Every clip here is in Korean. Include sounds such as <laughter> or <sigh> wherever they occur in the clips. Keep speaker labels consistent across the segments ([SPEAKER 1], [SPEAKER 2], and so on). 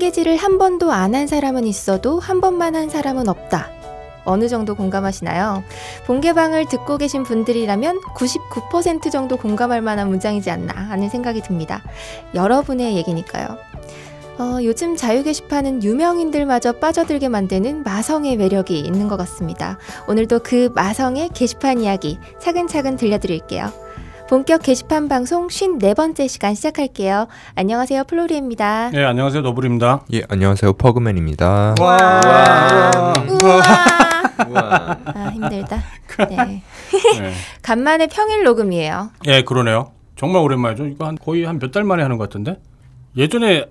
[SPEAKER 1] 폐지를 한 번도 안 한 사람은 있어도 한 번만 한 사람은 없다. 어느 정도 공감하시나요? 본개방을 듣고 계신 분들이라면 99% 정도 공감할 만한 문장이지 않나 하는 생각이 듭니다. 여러분의 얘기니까요. 어, 요즘 자유 게시판은 유명인들마저 빠져들게 만드는 마성의 매력이 있는 것 같습니다. 오늘도 그 마성의 게시판 이야기 차근차근 들려드릴게요. 본격 게시판 방송 54번째 시간 시작할게요. 안녕하세요. 플로리입니다.
[SPEAKER 2] 예, 안녕하세요. 너블입니다.
[SPEAKER 3] 예, 안녕하세요. 퍼그맨입니다.
[SPEAKER 1] 와.
[SPEAKER 2] 와.
[SPEAKER 1] 우와. 아,
[SPEAKER 2] <laughs>
[SPEAKER 1] 힘들다. <laughs> 네.
[SPEAKER 2] 예.
[SPEAKER 1] 간만에 평일 녹음이에요.
[SPEAKER 2] 예, 그러네요. 정말 오랜만이죠. 이거 한 거의 한 몇 달 만에 하는 것 같은데. 예전에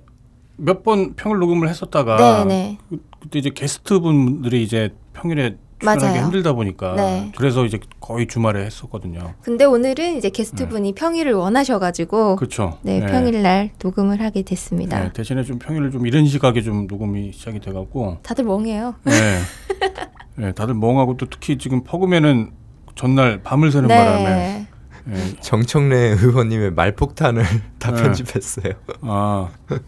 [SPEAKER 2] 몇 번 평일 녹음을 했었다가
[SPEAKER 1] 네, 네.
[SPEAKER 2] 그때 이제 게스트 분들이 이제 평일에 출연하기
[SPEAKER 1] 맞아요.
[SPEAKER 2] 힘들다 보니까
[SPEAKER 1] 네.
[SPEAKER 2] 그래서 이제 거의 주말에 했었거든요.
[SPEAKER 1] 근데 오늘은 이제 게스트분이 평일을 원하셔가지고
[SPEAKER 2] 네. 그렇죠.
[SPEAKER 1] 네,
[SPEAKER 2] 예.
[SPEAKER 1] 평일 날 녹음을 하게 됐습니다.
[SPEAKER 2] 예, 대신에 좀 평일을 좀 이른 시각에 좀 녹음이 시작이 돼 갖고
[SPEAKER 1] 다들 멍해요. <laughs>
[SPEAKER 2] 예. 예, 다들 멍하고 또 특히 지금 퍼그맨은 전날 밤을 새는 바람에
[SPEAKER 1] 네.
[SPEAKER 2] 예,
[SPEAKER 3] 정청래 의원님의 말폭탄을 <laughs> 다
[SPEAKER 2] 네.
[SPEAKER 3] 편집했어요.
[SPEAKER 2] 아, 그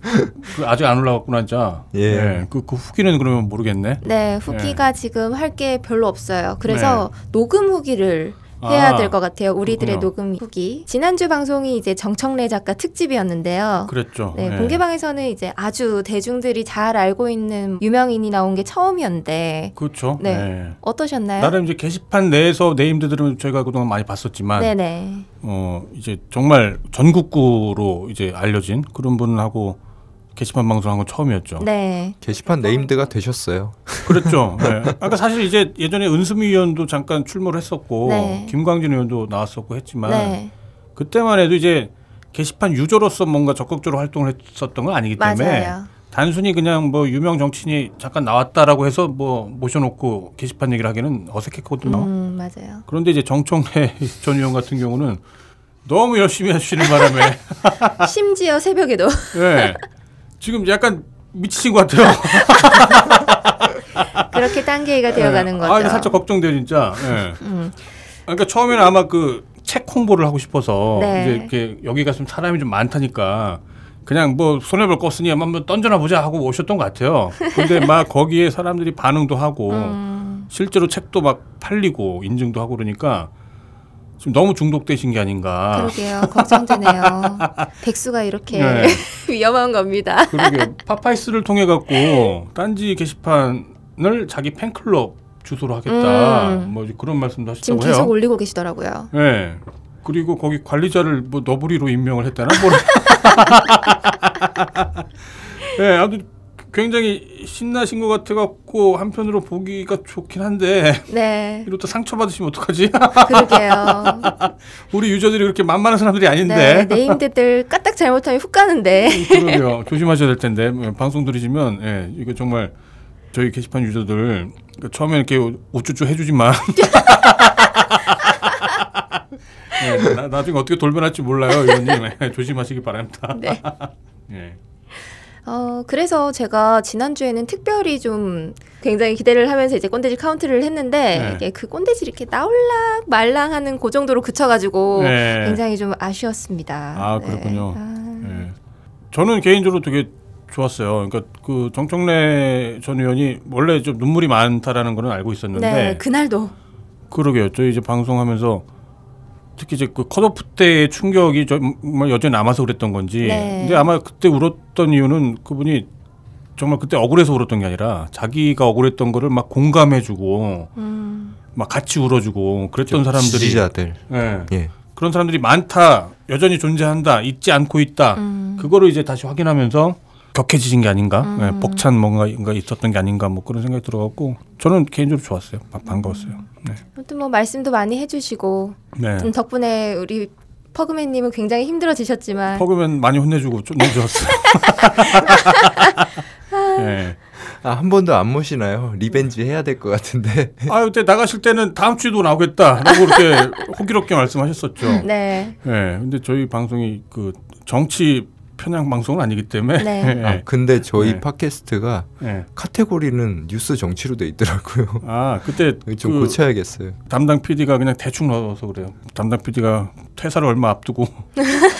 [SPEAKER 2] 아직 안 올라갔구나, 진짜.
[SPEAKER 3] 예.
[SPEAKER 2] 그, 그 후기는 그러면 모르겠네.
[SPEAKER 1] 네, 후기가 지금 할 게 별로 없어요. 그래서 녹음 후기를 해야
[SPEAKER 2] 네. 아,
[SPEAKER 1] 될 것 같아요. 우리들의
[SPEAKER 2] 그렇군요.
[SPEAKER 1] 녹음 후기. 지난주 방송이 이제 정청래 작가 특집이었는데요.
[SPEAKER 2] 그랬죠.
[SPEAKER 1] 네,
[SPEAKER 2] 예.
[SPEAKER 1] 공개방에서는 이제 아주 대중들이 잘 알고 있는 유명인이 나온 게 처음이었는데
[SPEAKER 2] 그렇죠.
[SPEAKER 1] 네.
[SPEAKER 2] 예.
[SPEAKER 1] 어떠셨나요?
[SPEAKER 2] 나름 이제 게시판 내에서 네임드들은 저희가 그동안 많이 봤었지만,
[SPEAKER 1] 네네.
[SPEAKER 2] 어 이제 정말 전국구로 이제 알려진 그런 분하고 게시판 방송한 건 처음이었죠.
[SPEAKER 1] 네.
[SPEAKER 3] 게시판 네임드가 되셨어요.
[SPEAKER 2] 그랬죠. 예. 아까 사실 이제 예전에 은수미 의원도 잠깐 출몰을 했었고,
[SPEAKER 1] 네.
[SPEAKER 2] 김광진 의원도 나왔었고 했지만,
[SPEAKER 1] 네.
[SPEAKER 2] 그때만 해도 이제 게시판 유저로서 뭔가 적극적으로 활동을 했었던 건 아니기 때문에
[SPEAKER 1] 맞아요.
[SPEAKER 2] 단순히 그냥 뭐 유명 정치인이 잠깐 나왔다라고 해서 뭐 모셔놓고 게시판 얘기를 하기는 어색했거든요.
[SPEAKER 1] 음, 맞아요.
[SPEAKER 2] 그런데 이제 정청래 <laughs> 전 의원 같은 경우는 너무 열심히 하시는 바람에
[SPEAKER 1] <laughs> 심지어 새벽에도 <laughs>
[SPEAKER 2] 예, 지금 약간 미치신 것 같아요.
[SPEAKER 1] 그렇게 단계가 <laughs> 되어가는
[SPEAKER 2] 예.
[SPEAKER 1] 거죠.
[SPEAKER 2] 아, 이거 살짝 걱정돼요 진짜. 예.
[SPEAKER 1] 음,
[SPEAKER 2] 그러니까 처음에는 아마 그 책 홍보를 하고 싶어서
[SPEAKER 1] 네.
[SPEAKER 2] 이제 이렇게 여기가 좀 사람이 좀 많다니까 그냥 뭐 손해 볼 거 없으니 한번 던져나 보자 하고 오셨던 것 같아요. 근데 막 거기에 사람들이 반응도 하고
[SPEAKER 1] 음,
[SPEAKER 2] 실제로 책도 막 팔리고 인증도 하고 그러니까 지금 너무 중독되신 게 아닌가.
[SPEAKER 1] 그러게요.
[SPEAKER 2] <laughs>
[SPEAKER 1] 걱정되네요. 백수가 이렇게
[SPEAKER 2] 네.
[SPEAKER 1] <laughs> 위험한 겁니다.
[SPEAKER 2] 그러게 파파이스를 통해 갖고 딴지 게시판을 자기 팬클럽 주소로 하겠다.
[SPEAKER 1] 음.
[SPEAKER 2] 뭐 이제 그런 말씀도
[SPEAKER 1] 지금
[SPEAKER 2] 하시다고
[SPEAKER 1] 계속
[SPEAKER 2] 해요.
[SPEAKER 1] 올리고 계시더라고요.
[SPEAKER 2] 예. 그리고 거기 관리자를 뭐 너부리로 임명을 했다나 뭐라. <laughs> 예, 아주 굉장히 신나신 것 같아 갖고 한편으로 보기가 좋긴 한데 <laughs>
[SPEAKER 1] 네,
[SPEAKER 2] 이렇다 상처 받으시면 어떡하지?
[SPEAKER 1] 그러게요.
[SPEAKER 2] 우리 유저들이 그렇게 만만한 사람들이 아닌데.
[SPEAKER 1] 네, 네임드들 까딱 잘못하면 훅 가는데.
[SPEAKER 2] 그러게요. 조심하셔야 될 텐데 예, 방송 들으시면 예, 이거 정말 저희 게시판 유저들 그러니까 처음에 이렇게 우쭈쭈 해주지만 <laughs> 예, 나, 나중에 어떻게 돌변할지 몰라요, 의원님. 예, 조심하시기 바랍니다.
[SPEAKER 1] 네.
[SPEAKER 2] <laughs> 예.
[SPEAKER 1] 어, 그래서 제가 지난주에는 특별히 좀 굉장히 기대를 하면서 이제 꼰대질 카운트를 했는데
[SPEAKER 2] 네.
[SPEAKER 1] 이게 그 꼰대질 이렇게 나올락 말랑 하는 그 정도로 그쳐가지고
[SPEAKER 2] 네.
[SPEAKER 1] 굉장히 좀 아쉬웠습니다.
[SPEAKER 2] 아, 그렇군요.
[SPEAKER 1] 아,
[SPEAKER 2] 예. 저는 개인적으로 되게 좋았어요. 그러니까 그 정청래 전 의원이 원래 좀 눈물이 많다라는 거는 알고 있었는데
[SPEAKER 1] 네, 그날도.
[SPEAKER 2] 그러게요. 저희 이제 방송하면서 특히 이제 그 컷오프 때의 충격이 정말 여전히 남아서 그랬던 건지.
[SPEAKER 1] 네.
[SPEAKER 2] 근데 아마 그때 울었던 이유는 그분이 정말 그때 억울해서 울었던 게 아니라 자기가 억울했던 거를 막 공감해주고
[SPEAKER 1] 음,
[SPEAKER 2] 막 같이 울어주고 그랬던 사람들이
[SPEAKER 3] 그렇죠. 지지자들.
[SPEAKER 2] 예.
[SPEAKER 3] 예.
[SPEAKER 2] 그런 사람들이 많다 여전히 존재한다 잊지 않고 있다
[SPEAKER 1] 음.
[SPEAKER 2] 그거를 이제 다시 확인하면서 격해지신 게 아닌가
[SPEAKER 1] 음.
[SPEAKER 2] 예, 벅찬 뭔가 있었던 게 아닌가 뭐 그런 생각이 들어갖고 저는 개인적으로 좋았어요 바- 반가웠어요 네.
[SPEAKER 1] 아무튼 뭐 말씀도 많이 해주시고
[SPEAKER 2] 네.
[SPEAKER 1] 좀 덕분에 우리 퍼그맨님은 굉장히 힘들어지셨지만
[SPEAKER 2] 퍼그맨 많이 혼내주고 좀 너무 좋았어요. 네.
[SPEAKER 3] 아, 한 번도 안 모시나요? 리벤지 해야 될 것 같은데.
[SPEAKER 2] 아 그때 나가실 때는 다음 주에도 나오겠다라고 이렇게 호기롭게 말씀하셨었죠.
[SPEAKER 1] 네,
[SPEAKER 2] 네. 근데 저희 방송이 그 정치 편향 방송은 아니기 때문에.
[SPEAKER 1] 네.
[SPEAKER 2] <laughs>
[SPEAKER 3] 아, 근데 저희
[SPEAKER 2] 네.
[SPEAKER 3] 팟캐스트가
[SPEAKER 2] 네.
[SPEAKER 3] 카테고리는 뉴스 정치로 돼 있더라고요.
[SPEAKER 2] 아 그때
[SPEAKER 3] 좀
[SPEAKER 2] 그
[SPEAKER 3] 고쳐야겠어요.
[SPEAKER 2] 담당 PD가 그냥 대충 넣어서 그래요. 담당 PD가 퇴사를 얼마 <laughs> 앞두고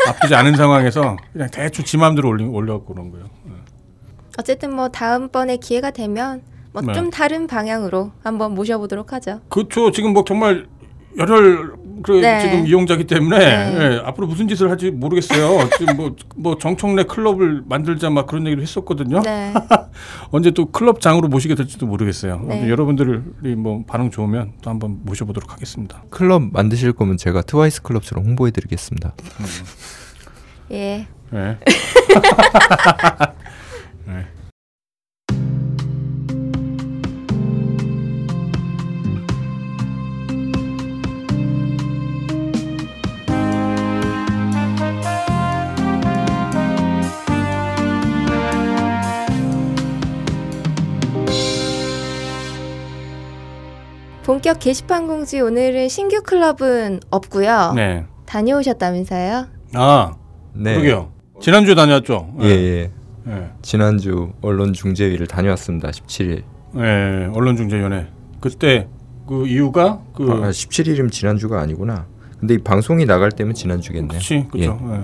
[SPEAKER 2] 앞두지 않은 상황에서 그냥 대충 지 마음대로 올리, 올려갖고 그런 거예요.
[SPEAKER 1] 어쨌든 뭐 다음번에 기회가 되면 뭐
[SPEAKER 2] 네.
[SPEAKER 1] 좀 다른 방향으로 한번 모셔보도록 하죠.
[SPEAKER 2] 그렇죠. 지금 뭐 정말 열혈 그
[SPEAKER 1] 네.
[SPEAKER 2] 지금 이용자기 때문에
[SPEAKER 1] 네.
[SPEAKER 2] 예, 앞으로 무슨 짓을 할지 모르겠어요. 지금 뭐, 뭐 정청래 클럽을 만들자 막 그런 얘기도 했었거든요. <laughs>
[SPEAKER 1] 네.
[SPEAKER 2] 언제 또 클럽장으로 모시게 될지도 모르겠어요.
[SPEAKER 1] 네.
[SPEAKER 2] 아무튼 여러분들이 뭐 반응 좋으면 또 한번 모셔보도록 하겠습니다.
[SPEAKER 3] 클럽 만드실 거면 제가 트와이스 클럽처럼 홍보해드리겠습니다.
[SPEAKER 1] 예.
[SPEAKER 2] 예.
[SPEAKER 1] 본격 게시판 공지 오늘은 신규 클럽은 없고요.
[SPEAKER 2] 네.
[SPEAKER 1] 다녀오셨다면서요?
[SPEAKER 2] 아
[SPEAKER 3] 네.
[SPEAKER 2] 그러게요. 지난주에 다녀왔죠.
[SPEAKER 3] 예, 예.
[SPEAKER 2] 예.
[SPEAKER 3] 지난주 언론중재위를 다녀왔습니다. 17일.
[SPEAKER 2] 예, 언론중재위원회 그때 그 이유가 그
[SPEAKER 3] 아, 17일이면 지난주가 아니구나. 근데 이 방송이 나갈 때면 지난주겠네요.
[SPEAKER 2] 그렇지, 그렇죠. 예.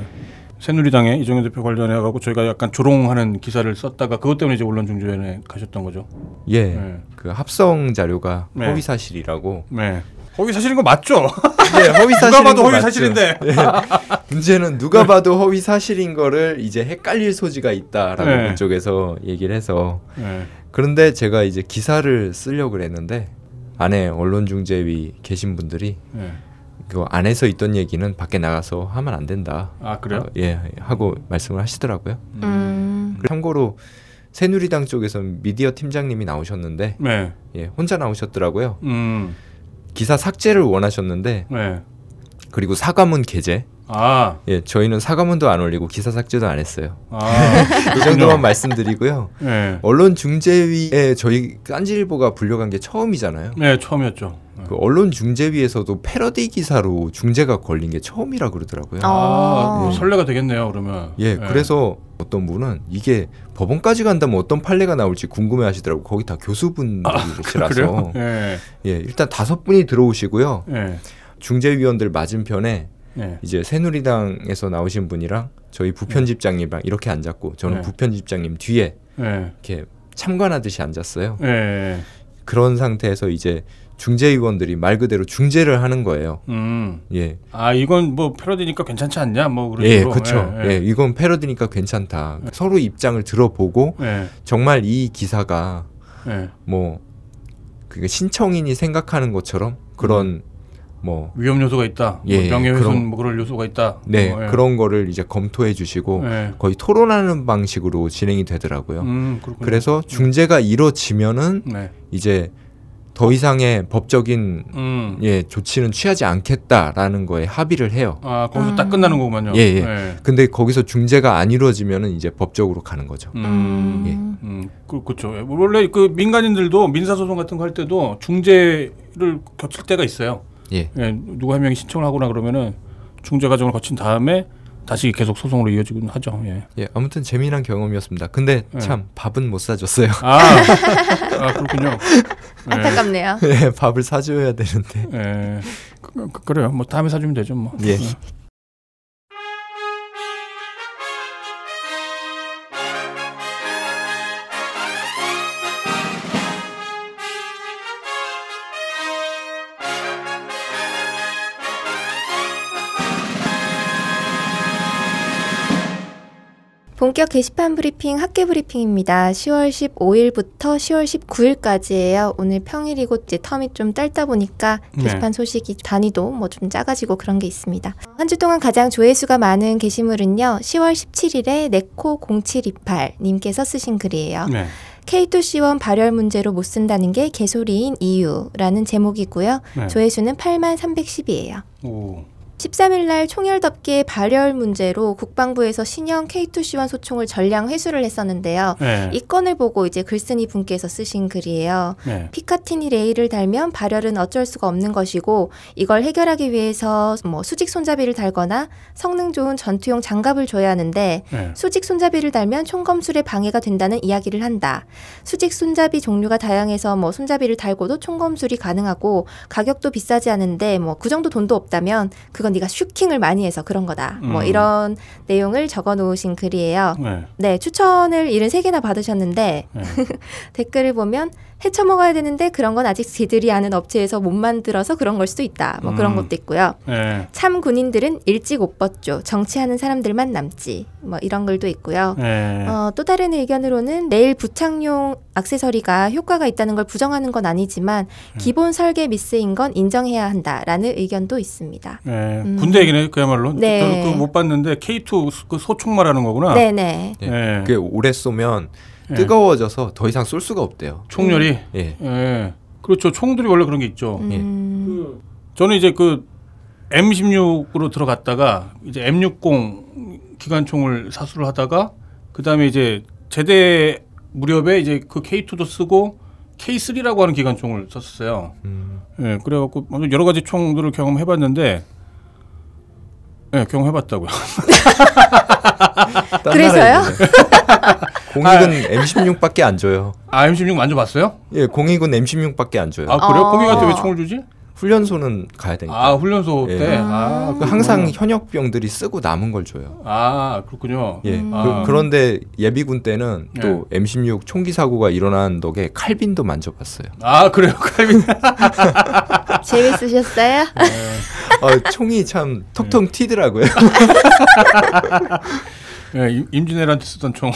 [SPEAKER 2] 새누리당의 이정현 대표 관련해 가고 저희가 약간 조롱하는 기사를 썼다가 그것 때문에 이제 언론중재위원회 가셨던 거죠.
[SPEAKER 3] 예. 예.
[SPEAKER 2] 네.
[SPEAKER 3] 그 합성 자료가
[SPEAKER 2] 네.
[SPEAKER 3] 허위 사실이라고.
[SPEAKER 2] 네. 허위 사실인 거 맞죠?
[SPEAKER 3] 네, 허위 사실.
[SPEAKER 2] 누가 봐도 허위 사실인데. 네.
[SPEAKER 3] 문제는 누가 봐도 허위 사실인 거를 이제 헷갈릴 소지가 있다라고
[SPEAKER 2] 네.
[SPEAKER 3] 그쪽에서 얘기를 해서
[SPEAKER 2] 네.
[SPEAKER 3] 그런데 제가 이제 기사를 쓰려고 그랬는데 안에 언론중재위 계신 분들이
[SPEAKER 2] 네.
[SPEAKER 3] 그 안에서 있던 얘기는 밖에 나가서 하면 안 된다.
[SPEAKER 2] 아 그래요?
[SPEAKER 3] 어, 예, 하고 말씀을 하시더라고요.
[SPEAKER 1] 음.
[SPEAKER 3] 그리고 참고로 새누리당 쪽에서 미디어 팀장님이 나오셨는데
[SPEAKER 2] 네.
[SPEAKER 3] 예, 혼자 나오셨더라고요.
[SPEAKER 2] 음.
[SPEAKER 3] 기사 삭제를 원하셨는데
[SPEAKER 2] 네.
[SPEAKER 3] 그리고 사과문 게재.
[SPEAKER 2] 아.
[SPEAKER 3] 예, 저희는 사과문도 안 올리고 기사 삭제도 안 했어요.
[SPEAKER 2] 아.
[SPEAKER 3] 이
[SPEAKER 2] <laughs>
[SPEAKER 3] 정도만 말씀드리고요.
[SPEAKER 2] 네.
[SPEAKER 3] 언론 중재위에 저희 딴지일보가 불려간 게 처음이잖아요.
[SPEAKER 2] 네, 처음이었죠. 네.
[SPEAKER 3] 그 언론 중재위에서도 패러디 기사로 중재가 걸린 게 처음이라 그러더라고요.
[SPEAKER 2] 아, 뭐
[SPEAKER 1] 네.
[SPEAKER 2] 설레가 되겠네요, 그러면.
[SPEAKER 3] 예,
[SPEAKER 2] 네.
[SPEAKER 3] 그래서 어떤 분은 이게 법원까지 간다면 어떤 판례가 나올지 궁금해 하시더라고. 거기 다
[SPEAKER 2] <laughs>
[SPEAKER 3] 교수분들이시라서.
[SPEAKER 2] 그래요? 예.
[SPEAKER 3] 예, 일단 다섯 분이 들어오시고요.
[SPEAKER 2] 예.
[SPEAKER 3] 중재위원들 맞은편에
[SPEAKER 2] 예.
[SPEAKER 3] 이제 새누리당에서 나오신 분이랑 저희 부편집장님이랑 이렇게 앉았고 저는
[SPEAKER 2] 네.
[SPEAKER 3] 부편집장님 뒤에
[SPEAKER 2] 예.
[SPEAKER 3] 이렇게 참관하듯이 앉았어요.
[SPEAKER 2] 예.
[SPEAKER 3] 그런 상태에서 이제 중재위원들이 말 그대로 중재를 하는 거예요.
[SPEAKER 2] 음.
[SPEAKER 3] 예,
[SPEAKER 2] 아, 이건 뭐 패러디니까 괜찮지 않냐? 뭐 그런
[SPEAKER 3] 예,
[SPEAKER 2] 식으로. 네.
[SPEAKER 3] 그렇죠. 예, 이건 패러디니까 괜찮다. 서로 입장을 들어보고
[SPEAKER 2] 예. 예.
[SPEAKER 3] 정말 이 기사가
[SPEAKER 2] 예.
[SPEAKER 3] 뭐 그게 신청인이 생각하는 것처럼
[SPEAKER 2] 음.
[SPEAKER 3] 그런 뭐
[SPEAKER 2] 위험 요소가 있다.
[SPEAKER 3] 예,
[SPEAKER 2] 뭐 명예훼손
[SPEAKER 3] 그런-
[SPEAKER 2] 뭐 그럴 요소가 있다.
[SPEAKER 3] 네,
[SPEAKER 2] 뭐, 예.
[SPEAKER 3] 그런 거를 이제 검토해 주시고
[SPEAKER 2] 예.
[SPEAKER 3] 거의 토론하는 방식으로 진행이 되더라고요.
[SPEAKER 2] 음, 그렇군요.
[SPEAKER 3] 그래서 중재가 이뤄지면은
[SPEAKER 2] 네.
[SPEAKER 3] 이제 더 이상의 법적인
[SPEAKER 2] 음.
[SPEAKER 3] 예, 조치는 취하지 않겠다라는 거에 합의를 해요.
[SPEAKER 2] 아, 거기서 딱
[SPEAKER 1] 음.
[SPEAKER 2] 끝나는 거구만요.
[SPEAKER 3] 예, 예. 근데 거기서 중재가 안 이루어지면은 이제 법적으로 가는 거죠.
[SPEAKER 2] 음. 음, 그, 그렇죠. 예, 원래 그 민간인들도 민사소송 같은 거 할 때도 중재를 거칠 때가 있어요.
[SPEAKER 3] 예.
[SPEAKER 2] 예, 누구 한 명이 신청을 하거나 그러면은 중재 과정을 거친 다음에 다시 계속 소송으로 이어지곤 하죠. 예.
[SPEAKER 3] 예, 아무튼 재미난 경험이었습니다. 근데
[SPEAKER 2] 예.
[SPEAKER 3] 참 밥은 못 사줬어요. <laughs>
[SPEAKER 2] 아, 아 그렇군요. 예,
[SPEAKER 1] 안타깝네요.
[SPEAKER 3] 예, 밥을 사줘야 되는데.
[SPEAKER 2] 예. 그, 그, 그래요. 뭐 다음에 사주면 되죠. 뭐.
[SPEAKER 3] 예.
[SPEAKER 1] 본격 게시판 브리핑 학계 브리핑입니다. 10월 15일부터 10월 19일까지예요. 오늘 평일이고 이제 텀이 좀 짧다 보니까
[SPEAKER 2] 네.
[SPEAKER 1] 게시판 소식이 단위도 뭐 좀 작아지고 그런 게 있습니다. 한 주 동안 가장 조회수가 많은 게시물은요. 10월 17일에 네코0728님께서 쓰신 글이에요.
[SPEAKER 2] 네.
[SPEAKER 1] K2C1 발열 문제로 못 쓴다는 게 개소리인 이유라는 제목이고요.
[SPEAKER 2] 네.
[SPEAKER 1] 조회수는 8만 310이에요.
[SPEAKER 2] 오.
[SPEAKER 1] 13일날 총열덮개 발열 문제로 국방부에서 신형 K2C1 소총을 전량 회수를 했었는데요.
[SPEAKER 2] 예.
[SPEAKER 1] 이 건을 보고 이제 글쓴이 분께서 쓰신 글이에요.
[SPEAKER 2] 네.
[SPEAKER 1] 피카티니 레일을 달면 발열은 어쩔 수가 없는 것이고 이걸 해결하기 위해서 뭐 수직 손잡이를 달거나 성능 좋은 전투용 장갑을 줘야 하는데
[SPEAKER 2] 네.
[SPEAKER 1] 수직 손잡이를 달면 총검술에 방해가 된다는 이야기를 한다. 수직 손잡이 종류가 다양해서 뭐 손잡이를 달고도 총검술이 가능하고 가격도 비싸지 않은데 뭐 그 정도 돈도 없다면 이건 네가 슈킹을 많이 해서 그런 거다. 뭐
[SPEAKER 2] 음.
[SPEAKER 1] 이런 내용을 적어 놓으신 글이에요.
[SPEAKER 2] 네.
[SPEAKER 1] 네, 추천을 73개나 받으셨는데
[SPEAKER 2] 네.
[SPEAKER 1] <laughs> 댓글을 보면 헤쳐 먹어야 되는데 그런 건 아직 지들이 아는 업체에서 못 만들어서 그런 걸 수도 있다. 뭐 그런
[SPEAKER 2] 음.
[SPEAKER 1] 것도 있고요.
[SPEAKER 2] 네.
[SPEAKER 1] 참 군인들은 일찍 옷 벗죠. 정치하는 사람들만 남지. 뭐 이런 글도 있고요.
[SPEAKER 2] 네.
[SPEAKER 1] 어, 또 다른 의견으로는 내일 부착용 악세서리가 효과가 있다는 걸 부정하는 건 아니지만
[SPEAKER 2] 음.
[SPEAKER 1] 기본 설계 미스인 건 인정해야 한다라는 의견도 있습니다.
[SPEAKER 2] 네.
[SPEAKER 1] 음.
[SPEAKER 2] 군대 얘기네 그야말로.
[SPEAKER 1] 네.
[SPEAKER 2] 저도 그거 못 봤는데 K2 소- 그 소총 말하는 거구나.
[SPEAKER 1] 네네.
[SPEAKER 3] 예.
[SPEAKER 2] 예.
[SPEAKER 3] 그게 오래 쏘면
[SPEAKER 2] 예.
[SPEAKER 3] 뜨거워져서 더 이상 쏠 수가 없대요.
[SPEAKER 2] 총열이.
[SPEAKER 3] 예.
[SPEAKER 2] 예. 그렇죠. 총들이 원래 그런 게 있죠.
[SPEAKER 1] 음,
[SPEAKER 2] 저는 이제 그 M16으로 들어갔다가 이제 M60 기관총을 사수를 하다가 그다음에 이제 제대 무렵에 이제 그 K2도 쓰고 K3라고 하는 기관총을 썼었어요.
[SPEAKER 3] 음,
[SPEAKER 2] 예, 그래갖고 아주 여러 가지 총들을 경험해봤는데, 예, 경험해봤다고요. <laughs>
[SPEAKER 3] 딴
[SPEAKER 1] 아, 그래서요?
[SPEAKER 3] 나라에
[SPEAKER 1] <laughs>
[SPEAKER 3] 있는데. 공익은 M16밖에 안 줘요.
[SPEAKER 2] 아, M16 만져봤어요?
[SPEAKER 3] 예, 공익은 M16밖에 안 줘요.
[SPEAKER 2] 아, 그래요?
[SPEAKER 1] 어.
[SPEAKER 2] 공기한테 왜 총을 주지?
[SPEAKER 3] 훈련소는 가야 되니까.
[SPEAKER 2] 아, 훈련소
[SPEAKER 3] 예.
[SPEAKER 2] 때. 아,
[SPEAKER 3] 그 항상 현역병들이 쓰고 남은 걸 줘요.
[SPEAKER 2] 아, 그렇군요.
[SPEAKER 3] 예.
[SPEAKER 1] 음.
[SPEAKER 2] 아. 네.
[SPEAKER 3] 그, 런데 예비군 때는 또 M16 총기 사고가 일어난 덕에 칼빈도 만져봤어요. <laughs>
[SPEAKER 2] 아, 그래요? 칼빈. 예. <laughs>
[SPEAKER 1] 재밌으셨어요?
[SPEAKER 3] 어, 총이 참
[SPEAKER 2] 네.
[SPEAKER 3] 텅텅
[SPEAKER 2] <laughs>
[SPEAKER 3] 튀더라고요.
[SPEAKER 2] 예, 임- 임진왜란때
[SPEAKER 1] <laughs>
[SPEAKER 2] 쓰던 총.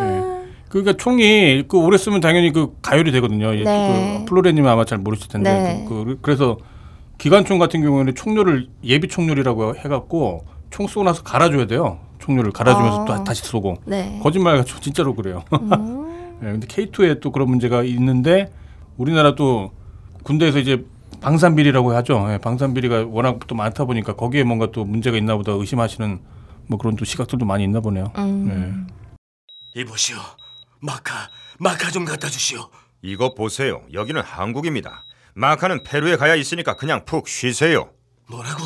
[SPEAKER 2] 예. 그러니까 총이 그 오래 쓰면 당연히 그 가열이 되거든요. 예,
[SPEAKER 1] 네.
[SPEAKER 2] 그 플로레님 아마 잘 모르실 텐데
[SPEAKER 1] 네.
[SPEAKER 2] 그, 래서 기관총 같은 경우에는 총료를 예비 총료리라고 해갖고 총 쏘고 나서 갈아줘야 돼요. 총료를 갈아주면서
[SPEAKER 1] 어.
[SPEAKER 2] 또 다시 쏘고
[SPEAKER 1] 네.
[SPEAKER 2] 거짓말 같죠. 진짜로 그래요.
[SPEAKER 1] 음,
[SPEAKER 2] <laughs> 예, 근데 K2에 또 그런 문제가 있는데 우리나라 또 군대에서 이제 방산비리라고 하죠. 예, 방산비리가 워낙 또 많다 보니까 거기에 뭔가 또 문제가 있나 보다 의심하시는 뭐 그런 또 시각들도 많이 있나 보네요.
[SPEAKER 1] 음.
[SPEAKER 4] 이보시오. 마카, 마카 좀 갖다 주시오.
[SPEAKER 5] 이거 보세요. 여기는 한국입니다. 마카는 페루에 가야 있으니까 그냥 푹 쉬세요.
[SPEAKER 4] 뭐라고?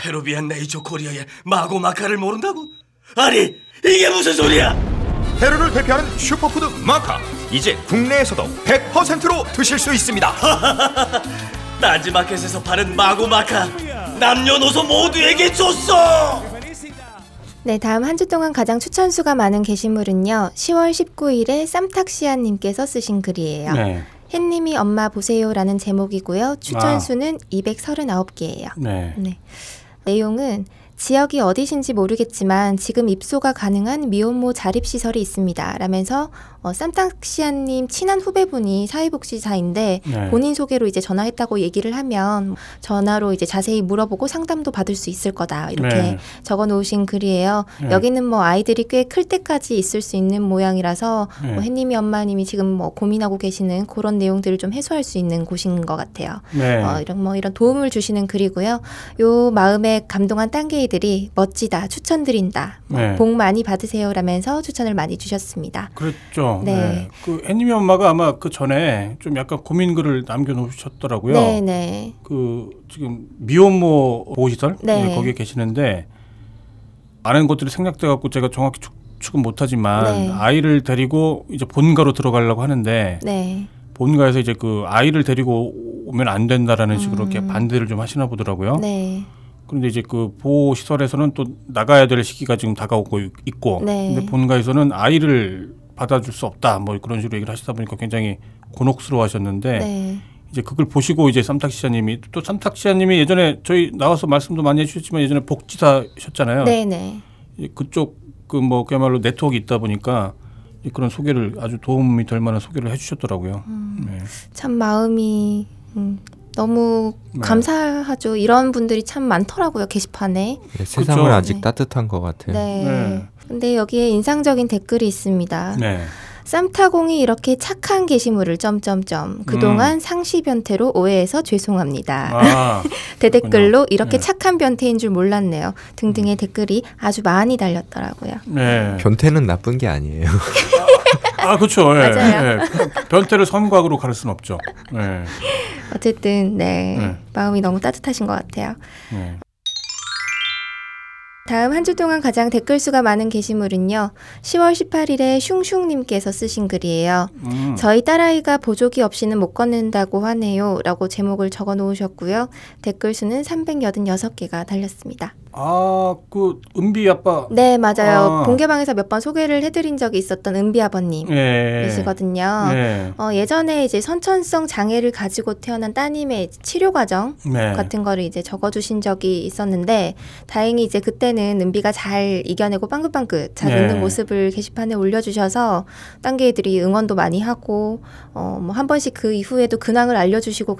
[SPEAKER 4] 페루비안 네이처 코리아의 마고 마카를 모른다고? 아니, 이게 무슨 소리야?
[SPEAKER 5] 페루를 대표하는 슈퍼푸드 마카. 이제 국내에서도 100%로 드실 수 있습니다.
[SPEAKER 4] 딴지마켓에서 파는 마고 마카 남녀노소 모두에게 줬어.
[SPEAKER 1] 네, 다음 한 주 동안 가장 추천수가 많은 게시물은요. 10월 19일에 쌈탁시아님께서 쓰신 글이에요.
[SPEAKER 2] 네.
[SPEAKER 1] 햇님이 엄마 보세요라는 제목이고요.
[SPEAKER 2] 아.
[SPEAKER 1] 추천수는 239개예요.
[SPEAKER 2] 네.
[SPEAKER 1] 네. 내용은 지역이 어디신지 모르겠지만 지금 입소가 가능한 미혼모 자립시설이 있니다 라면서 어, 쌈딱시아님 친한 후배분이 사회복지사인데
[SPEAKER 2] 네.
[SPEAKER 1] 본인 소개로 이제 전화했다고 얘기를 하면 전화로 이제 자세히 물어보고 상담도 받을 수 있을 거다 이렇게
[SPEAKER 2] 네.
[SPEAKER 1] 적어 놓으신 글이에요.
[SPEAKER 2] 네.
[SPEAKER 1] 여기는 뭐 아이들이 꽤 클 때까지 있을 수 있는 모양이라서
[SPEAKER 2] 네.
[SPEAKER 1] 뭐 햇님이 엄마님이 지금 뭐 고민하고 계시는 그런 내용들을 좀 해소할 수 있는 곳인 것 같아요.
[SPEAKER 2] 네.
[SPEAKER 1] 어, 이런 뭐 이런 도움을 주시는 글이고요. 요 마음에 감동한 딴개이들이 멋지다 추천드린다 뭐
[SPEAKER 2] 네.
[SPEAKER 1] 복 많이 받으세요라면서 추천을 많이 주셨습니다. 네.
[SPEAKER 2] 그랬죠. 네. 그 애니메 엄마가 아마 그 전에 좀 약간 고민 글을 남겨 놓으셨더라고요.
[SPEAKER 1] 네네.
[SPEAKER 2] 그 지금 미혼모 보호시설
[SPEAKER 1] 네.
[SPEAKER 2] 예, 거기에 계시는데 많은 것들이 생략돼 갖고 제가 정확히 추, 측은 못하지만
[SPEAKER 1] 네.
[SPEAKER 2] 아이를 데리고 이제 본가로 들어가려고 하는데
[SPEAKER 1] 네.
[SPEAKER 2] 본가에서 이제 그 아이를 데리고 오면 안 된다라는 식으로
[SPEAKER 1] 음.
[SPEAKER 2] 이렇게 반대를 좀 하시나 보더라고요.
[SPEAKER 1] 네.
[SPEAKER 2] 그런데 이제 그 보호 시설에서는 또 나가야 될 시기가 지금 다가오고 있- 있고,
[SPEAKER 1] 네.
[SPEAKER 2] 근데 본가에서는 아이를 받아줄 수 없다 뭐 그런 식으로 얘기를 하시다 보니까 굉장히 곤혹스러워하셨는데
[SPEAKER 1] 네.
[SPEAKER 2] 이제 그걸 보시고 이제 쌈탁시장님이 또 쌈탁시장님이 예전에 저희 나와서 말씀도 많이 해주셨지만 예전에 복지사셨잖아요.
[SPEAKER 1] 네네.
[SPEAKER 2] 이 그쪽 그 뭐 그야말로 네트워크 있다 보니까 이 그런 소개를 아주 도움이 될 만한 소개를 해주셨더라고요.
[SPEAKER 1] 음.
[SPEAKER 2] 네.
[SPEAKER 1] 참 마음이 음, 너무
[SPEAKER 2] 네.
[SPEAKER 1] 감사하죠. 이런 분들이 참 많더라고요 게시판에.
[SPEAKER 3] 예, 세상은
[SPEAKER 2] 그쵸.
[SPEAKER 3] 아직
[SPEAKER 1] 네.
[SPEAKER 3] 따뜻한 것 같아요.
[SPEAKER 1] 네.
[SPEAKER 2] 네.
[SPEAKER 1] 근데 여기에 인상적인 댓글이 있습니다.
[SPEAKER 2] 네.
[SPEAKER 1] 쌈타공이 이렇게 착한 게시물을 점점점 그동안 상시 변태로 오해해서 죄송합니다.
[SPEAKER 2] 음. 아,
[SPEAKER 1] 대댓글로 이렇게
[SPEAKER 2] 네. 음.
[SPEAKER 1] 착한 변태인 줄 몰랐네요. 등등의 댓글이 아주 많이 달렸더라고요. <laughs>
[SPEAKER 2] 네.
[SPEAKER 3] 변태는 나쁜 게 아니에요. <laughs>
[SPEAKER 2] 아, 그렇죠. 예.
[SPEAKER 1] 맞아요.
[SPEAKER 2] 예. 변태를 선곽으로 가릴 순 없죠. 예.
[SPEAKER 1] 어쨌든 네,
[SPEAKER 2] 네.
[SPEAKER 1] 마음이 너무 따뜻하신 것 같아요.
[SPEAKER 2] 예.
[SPEAKER 1] 다음 한 주 동안 가장 댓글 수가 많은 게시물은요. 10월 18일에 슝슝님께서 쓰신 글이에요.
[SPEAKER 2] 음.
[SPEAKER 1] 저희 딸아이가 보조기 없이는 못 걷는다고 하네요. 라고 제목을 적어 놓으셨고요. 댓글 수는 386개가 달렸습니다.
[SPEAKER 2] 아그 은비 아빠.
[SPEAKER 1] 네, 맞아요.
[SPEAKER 2] 아.
[SPEAKER 1] 본개방에서 몇 번 소개를 해드린 적이 있었던 은비 아버님이시거든요.
[SPEAKER 2] 예. 예.
[SPEAKER 1] 어, 예전에 이제 선천성 장애를 가지고 태어난 따님의 치료 과정
[SPEAKER 2] 네.
[SPEAKER 1] 같은 거를 이제 적어주신 적이 있었는데 다행히 이제 그때는 은비가 잘 이겨내고 빵긋빵긋 잘
[SPEAKER 2] 네.
[SPEAKER 1] 웃는 모습을 게시판에 올려주셔서 딴게 애들이 응원도 많이 하고 어, 뭐 한 번씩 그 이후에도 근황을 알려주시고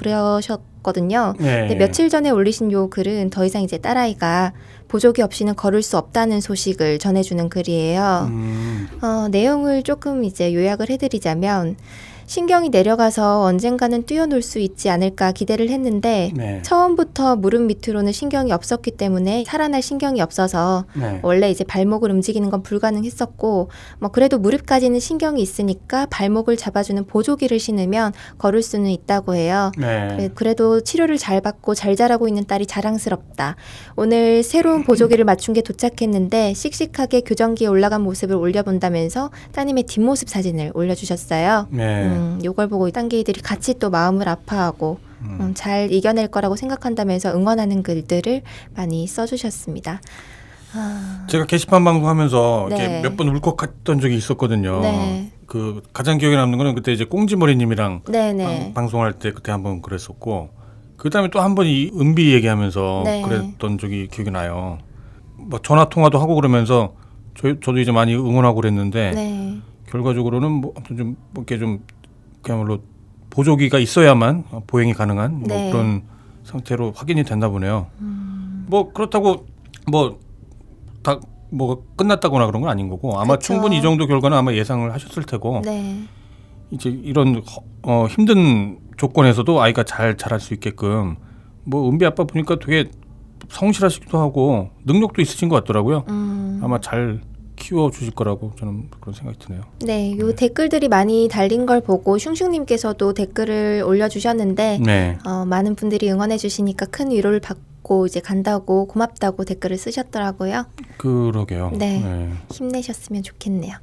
[SPEAKER 1] 그러셨거든요.
[SPEAKER 2] 예.
[SPEAKER 1] 근데 며칠 전에 올리신 요 글은 더 이상 이제 딸아이가 보조기 없이는 걸을 수 없다는 소식을 전해주는 글이에요.
[SPEAKER 2] 음.
[SPEAKER 1] 어, 내용을 조금 이제 요약을 해드리자면 신경이 내려가서 언젠가는 뛰어놀 수 있지 않을까 기대를 했는데
[SPEAKER 2] 네.
[SPEAKER 1] 처음부터 무릎 밑으로는 신경이 없었기 때문에 살아날 신경이 없어서
[SPEAKER 2] 네.
[SPEAKER 1] 원래 이제 발목을 움직이는 건 불가능했었고 뭐 그래도 무릎까지는 신경이 있으니까 발목을 잡아주는 보조기를 신으면 걸을 수는 있다고 해요.
[SPEAKER 2] 네.
[SPEAKER 1] 그래- 그래도 치료를 잘 받고 잘 자라고 있는 딸이 자랑스럽다. 오늘
[SPEAKER 2] <laughs>
[SPEAKER 1] 새로운 보조기를 맞춘 게 도착했는데 씩씩하게 교정기에 올라간 모습을 올려본다면서 따님의 뒷모습 사진을 올려주셨어요.
[SPEAKER 2] 네.
[SPEAKER 1] 음, 요걸 보고 딴 게이들이 같이 또 마음을 아파하고
[SPEAKER 2] 음.
[SPEAKER 1] 음, 잘 이겨낼 거라고 생각한다면서 응원하는 글들을 많이 써주셨습니다. 아,
[SPEAKER 2] 제가 게시판 방송하면서
[SPEAKER 1] 네.
[SPEAKER 2] 몇 번 울컥했던 적이 있었거든요.
[SPEAKER 1] 네.
[SPEAKER 2] 그 가장 기억에 남는 거는 그때 이제 꽁지머리님이랑
[SPEAKER 1] 네네.
[SPEAKER 2] 방- 방송할 때 그때 한번 그랬었고 그다음에 또 한 번 이 은비 얘기하면서
[SPEAKER 1] 네.
[SPEAKER 2] 그랬던 적이 기억이 나요. 막 전화 통화도 하고 그러면서 저, 저도 이제 많이 응원하고 그랬는데
[SPEAKER 1] 네.
[SPEAKER 2] 결과적으로는 뭐 아무튼 좀 이렇게 좀 그야말로 보조기가 있어야만 보행이 가능한 뭐
[SPEAKER 1] 네.
[SPEAKER 2] 그런 상태로 확인이 된다 보네요. 뭐 그렇다고 뭐 다 뭐 끝났다거나 그런 건 아닌 거고 아마
[SPEAKER 1] 그쵸.
[SPEAKER 2] 충분히 이 정도 결과는 아마 예상을 하셨을 테고
[SPEAKER 1] 네.
[SPEAKER 2] 이제 이런 허- 어, 힘든 조건에서도 아이가 잘 자랄 수 있게끔 뭐 은비 아빠 보니까 되게 성실하시기도 하고 능력도 있으신 것 같더라고요.
[SPEAKER 1] 음.
[SPEAKER 2] 아마 잘 키워 주실 거라고 저는 그런 생각이 드네요.
[SPEAKER 1] 네, 요 댓글들이 많이 달린 걸 보고 슝슝님께서도 댓글을 올려주셨는데
[SPEAKER 2] 네.
[SPEAKER 1] 어, 많은 분들이 응원해주시니까 큰 위로를 받고 이제 간다고 고맙다고 댓글을 쓰셨더라고요.
[SPEAKER 2] 그러게요.
[SPEAKER 1] 네. 힘내셨으면 좋겠네요.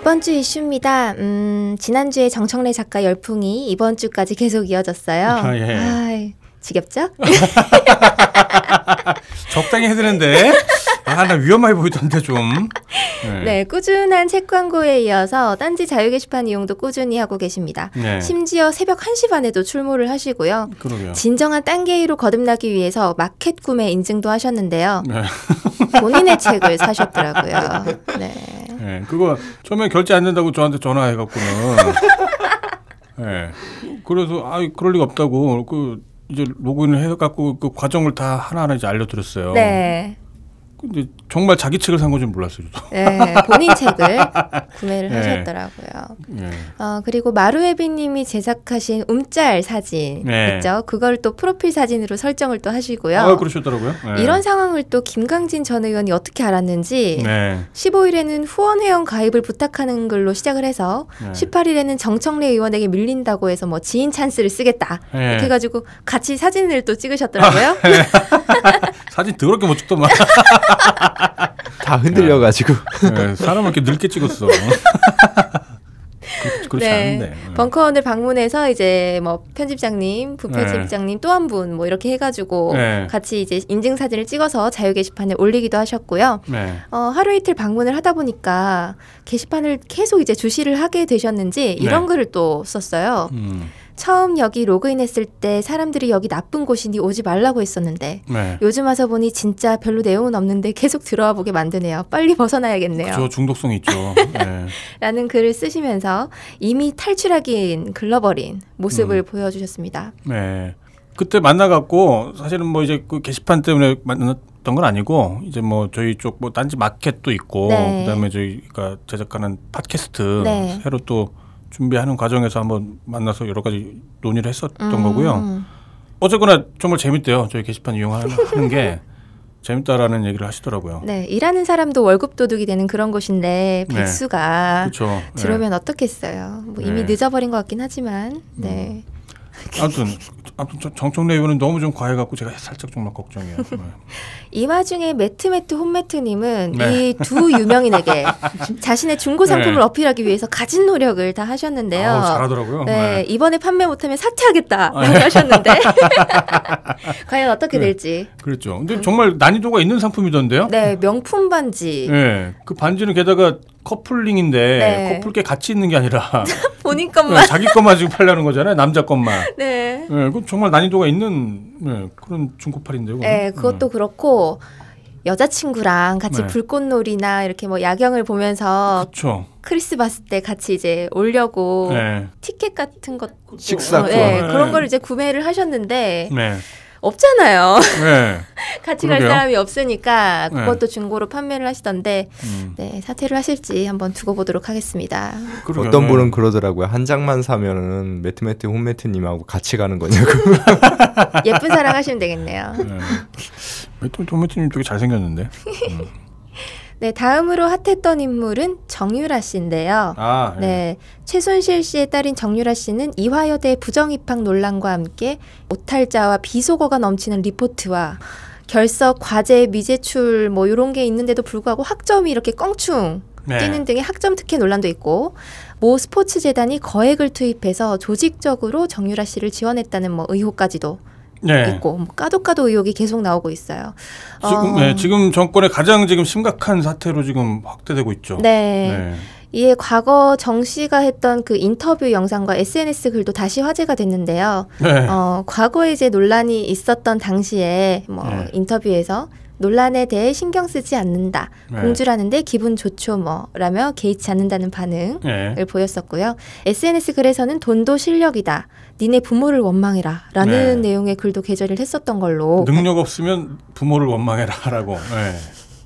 [SPEAKER 1] 이번 주 이슈입니다. 음, 지난주에 정청래 작가 열풍이 이번 주까지 계속 이어졌어요.
[SPEAKER 2] 아, 예.
[SPEAKER 1] 아이, 지겹죠?
[SPEAKER 2] 적당히
[SPEAKER 1] <laughs>
[SPEAKER 2] 해드는데 아 나 위험해 보이던데 좀.
[SPEAKER 1] 네, 꾸준한 책 광고에 이어서 딴지 자유 게시판 이용도 꾸준히 하고 계십니다.
[SPEAKER 2] 네.
[SPEAKER 1] 심지어 새벽 1시 반에도 출몰을 하시고요.
[SPEAKER 2] 그러게요.
[SPEAKER 1] 진정한 딴게이로 거듭나기 위해서 마켓 구매 인증도 하셨는데요.
[SPEAKER 2] 네.
[SPEAKER 1] <laughs> 본인의 책을 사셨더라고요. 네.
[SPEAKER 2] 예, 그거 처음에 결제 안 된다고
[SPEAKER 1] <laughs>
[SPEAKER 2] 저한테 전화해갖고는. 예. 그래서 아, 그럴 리가 없다고 그 이제 로그인을 해갖고 그 과정을 다 하나하나 이제 알려드렸어요.
[SPEAKER 1] 네.
[SPEAKER 2] 근데 정말 자기 책을 산 건지 몰랐어요. 저도.
[SPEAKER 1] 네. 본인 책을 구매를
[SPEAKER 2] 네.
[SPEAKER 1] 하셨더라고요.
[SPEAKER 2] 예.
[SPEAKER 1] 어, 그리고 마루에비님이 제작하신 움짤 사진
[SPEAKER 2] 네.
[SPEAKER 1] 있죠? 그걸 또 프로필 사진으로 설정을 또 하시고요.
[SPEAKER 2] 아, 그러셨더라고요. 예.
[SPEAKER 1] 이런 상황을 또 김강진 전 의원이 어떻게 알았는지
[SPEAKER 2] 네.
[SPEAKER 1] 15일에는 후원 회원 가입을 부탁하는 글로 시작을 해서
[SPEAKER 2] 네.
[SPEAKER 1] 18일에는 정청래 의원에게 밀린다고 해서 뭐 지인 찬스를 쓰겠다
[SPEAKER 2] 네. 아,
[SPEAKER 1] 이렇게 해가지고 같이 사진을 또 찍으셨더라고요.
[SPEAKER 2] 사진 더럽게
[SPEAKER 1] <laughs>
[SPEAKER 2] 못 찍더만.
[SPEAKER 3] 다 흔들려가지고
[SPEAKER 1] 네.
[SPEAKER 2] 예, 사람을 이렇게 늙게 찍었어.
[SPEAKER 1] <laughs>
[SPEAKER 2] 그, 그렇지 않은데. 예.
[SPEAKER 1] 네. 벙커원을 방문해서 이제 뭐 편집장님, 부편집장님 또 한 분 뭐 이렇게 해가지고
[SPEAKER 2] 네.
[SPEAKER 1] 같이 이제 인증 사진을 찍어서 자유 게시판에 올리기도 하셨고요.
[SPEAKER 2] 네.
[SPEAKER 1] 어, 하루 이틀 방문을 하다 보니까 게시판을 계속 이제 주시를 하게 되셨는지 이런
[SPEAKER 2] 네.
[SPEAKER 1] 글을 또 썼어요.
[SPEAKER 2] 음.
[SPEAKER 1] 처음 여기 로그인했을 때 사람들이 여기 나쁜 곳이니 오지 말라고 했었는데
[SPEAKER 2] 네.
[SPEAKER 1] 요즘 와서 보니 진짜 별로 내용은 없는데 계속 들어와 보게 만드네요. 빨리 벗어나야겠네요.
[SPEAKER 2] 저 중독성
[SPEAKER 1] <laughs>
[SPEAKER 2] 있죠. 예.
[SPEAKER 1] 라는 글을 쓰시면서 이미 탈출하기인 글러버린
[SPEAKER 2] 음.
[SPEAKER 1] 모습을 보여주셨습니다.
[SPEAKER 2] 네. 그때 만나갖고 사실은 뭐 이제 그 게시판 때문에 만났던 건 아니고 이제 뭐 저희 쪽 뭐 딴지 마켓도 있고
[SPEAKER 1] 네.
[SPEAKER 2] 그다음에 저희가 제작하는 팟캐스트
[SPEAKER 1] 네.
[SPEAKER 2] 새로 또 준비하는 과정에서 한번 만나서 여러 가지 논의를 했었던
[SPEAKER 1] 음.
[SPEAKER 2] 거고요. 어쨌거나 정말 재밌대요. 저희 게시판 <laughs> 이용하는 게 재밌다라는 얘기를 하시더라고요.
[SPEAKER 1] 네, 일하는 사람도 월급 도둑이 되는 그런 곳인데
[SPEAKER 2] 네.
[SPEAKER 1] 백수가
[SPEAKER 2] 그렇죠.
[SPEAKER 1] 들어오면 어떻겠어요. 뭐 이미
[SPEAKER 2] 네. 음.
[SPEAKER 1] 늦어버린 것 같긴 하지만 네.
[SPEAKER 2] 아무튼 아무튼 저- 정청래 의원은 너무 좀 과해갖고 제가 살짝 정말 걱정이에요.
[SPEAKER 1] <laughs>
[SPEAKER 2] 네.
[SPEAKER 1] 이 와중에 매트매트 홈매트님은
[SPEAKER 2] 네.
[SPEAKER 1] 이 두
[SPEAKER 2] <laughs>
[SPEAKER 1] 유명인에게 자신의 중고 상품을
[SPEAKER 2] 네.
[SPEAKER 1] 어필하기 위해서 가진 노력을 다 하셨는데요.
[SPEAKER 2] 아우, 잘하더라고요.
[SPEAKER 1] 네,
[SPEAKER 2] 네.
[SPEAKER 1] 이번에 판매 못하면 사퇴하겠다라고
[SPEAKER 2] <laughs>
[SPEAKER 1] 하셨는데 <laughs> 과연
[SPEAKER 2] 네.
[SPEAKER 1] 어떻게 될지.
[SPEAKER 2] 그렇죠. 근데 정말 난이도가 있는 상품이던데요.
[SPEAKER 1] 네, 명품 반지
[SPEAKER 2] 예, 그 반지는 게다가 커플링인데
[SPEAKER 1] 네.
[SPEAKER 2] 커플께 같이 있는
[SPEAKER 1] <laughs>
[SPEAKER 2] 게 아니라
[SPEAKER 1] 본인
[SPEAKER 2] 예,
[SPEAKER 1] 것만.
[SPEAKER 2] 자기 것만 지금 팔려는 거잖아요. 남자 것만.
[SPEAKER 1] 네.
[SPEAKER 2] 예, 그건 정말 난이도가 있는 예, 그런 중고팔인데요. 그건.
[SPEAKER 1] 네, 그것도 그렇고 여자친구랑 같이
[SPEAKER 2] 음. 네.
[SPEAKER 1] 불꽃놀이나 이렇게 뭐 야경을 보면서
[SPEAKER 2] 그렇죠.
[SPEAKER 1] 크리스마스 때 같이 이제 오려고
[SPEAKER 2] 네.
[SPEAKER 1] 티켓 같은 것
[SPEAKER 3] 식사
[SPEAKER 1] 어,
[SPEAKER 3] 권.
[SPEAKER 1] 네,
[SPEAKER 2] 네.
[SPEAKER 1] 그런 걸 이제 구매를 하셨는데
[SPEAKER 2] 네.
[SPEAKER 1] 없잖아요. <laughs>
[SPEAKER 2] 네.
[SPEAKER 1] 같이 갈
[SPEAKER 2] 그러게요.
[SPEAKER 1] 사람이 없으니까
[SPEAKER 2] 네.
[SPEAKER 1] 그것도 중고로 판매를 하시던데
[SPEAKER 2] 음,
[SPEAKER 1] 네, 사퇴를 하실지 한번 두고 보도록 하겠습니다.
[SPEAKER 2] 그러게요.
[SPEAKER 3] 어떤
[SPEAKER 2] 네.
[SPEAKER 3] 분은 그러더라고요. 한 장만 사면은 매트매트 홈매트님하고 같이 가는 거냐고.
[SPEAKER 1] <laughs> 예쁜 사랑 하시면 되겠네요.
[SPEAKER 2] 네. 왜 도매팀님 되게 잘생겼는데. 음.
[SPEAKER 1] 네, 다음으로 핫했던 인물은 정유라 씨인데요.
[SPEAKER 2] 아, 예.
[SPEAKER 1] 네, 최순실 씨의 딸인 정유라 씨는 이화여대 부정 입학 논란과 함께 오탈자와 비속어가 넘치는 리포트와 결석 과제 미제출 뭐 이런 게 있는데도 불구하고 학점이 이렇게 껑충
[SPEAKER 2] 네.
[SPEAKER 1] 뛰는 등의 학점 특혜 논란도 있고 모 스포츠 재단이 거액을 투입해서 조직적으로 정유라 씨를 지원했다는 뭐 의혹까지도
[SPEAKER 2] 네.
[SPEAKER 1] 있고 뭐 까도까도 의혹이 계속 나오고 있어요.
[SPEAKER 2] 지금,
[SPEAKER 1] 어,
[SPEAKER 2] 네, 지금 정권의 가장 지금 심각한 사태로 지금 확대되고 있죠.
[SPEAKER 1] 네.
[SPEAKER 2] 네.
[SPEAKER 1] 이에 과거 정 씨가 했던 그 인터뷰 영상과 SNS 글도 다시 화제가 됐는데요.
[SPEAKER 2] 네.
[SPEAKER 1] 어, 과거에 이제 논란이 있었던 당시에 뭐
[SPEAKER 2] 네.
[SPEAKER 1] 인터뷰에서 논란에 대해 신경 쓰지 않는다.
[SPEAKER 2] 네.
[SPEAKER 1] 공주라는데 기분 좋죠 뭐라며 개의치 않는다는 반응을
[SPEAKER 2] 네.
[SPEAKER 1] 보였었고요. SNS 글에서는 돈도 실력이다. 니네 부모를 원망해라라는
[SPEAKER 2] 네.
[SPEAKER 1] 내용의 글도 게재를 했었던 걸로.
[SPEAKER 2] 능력 없으면 부모를 원망해라라고. 네.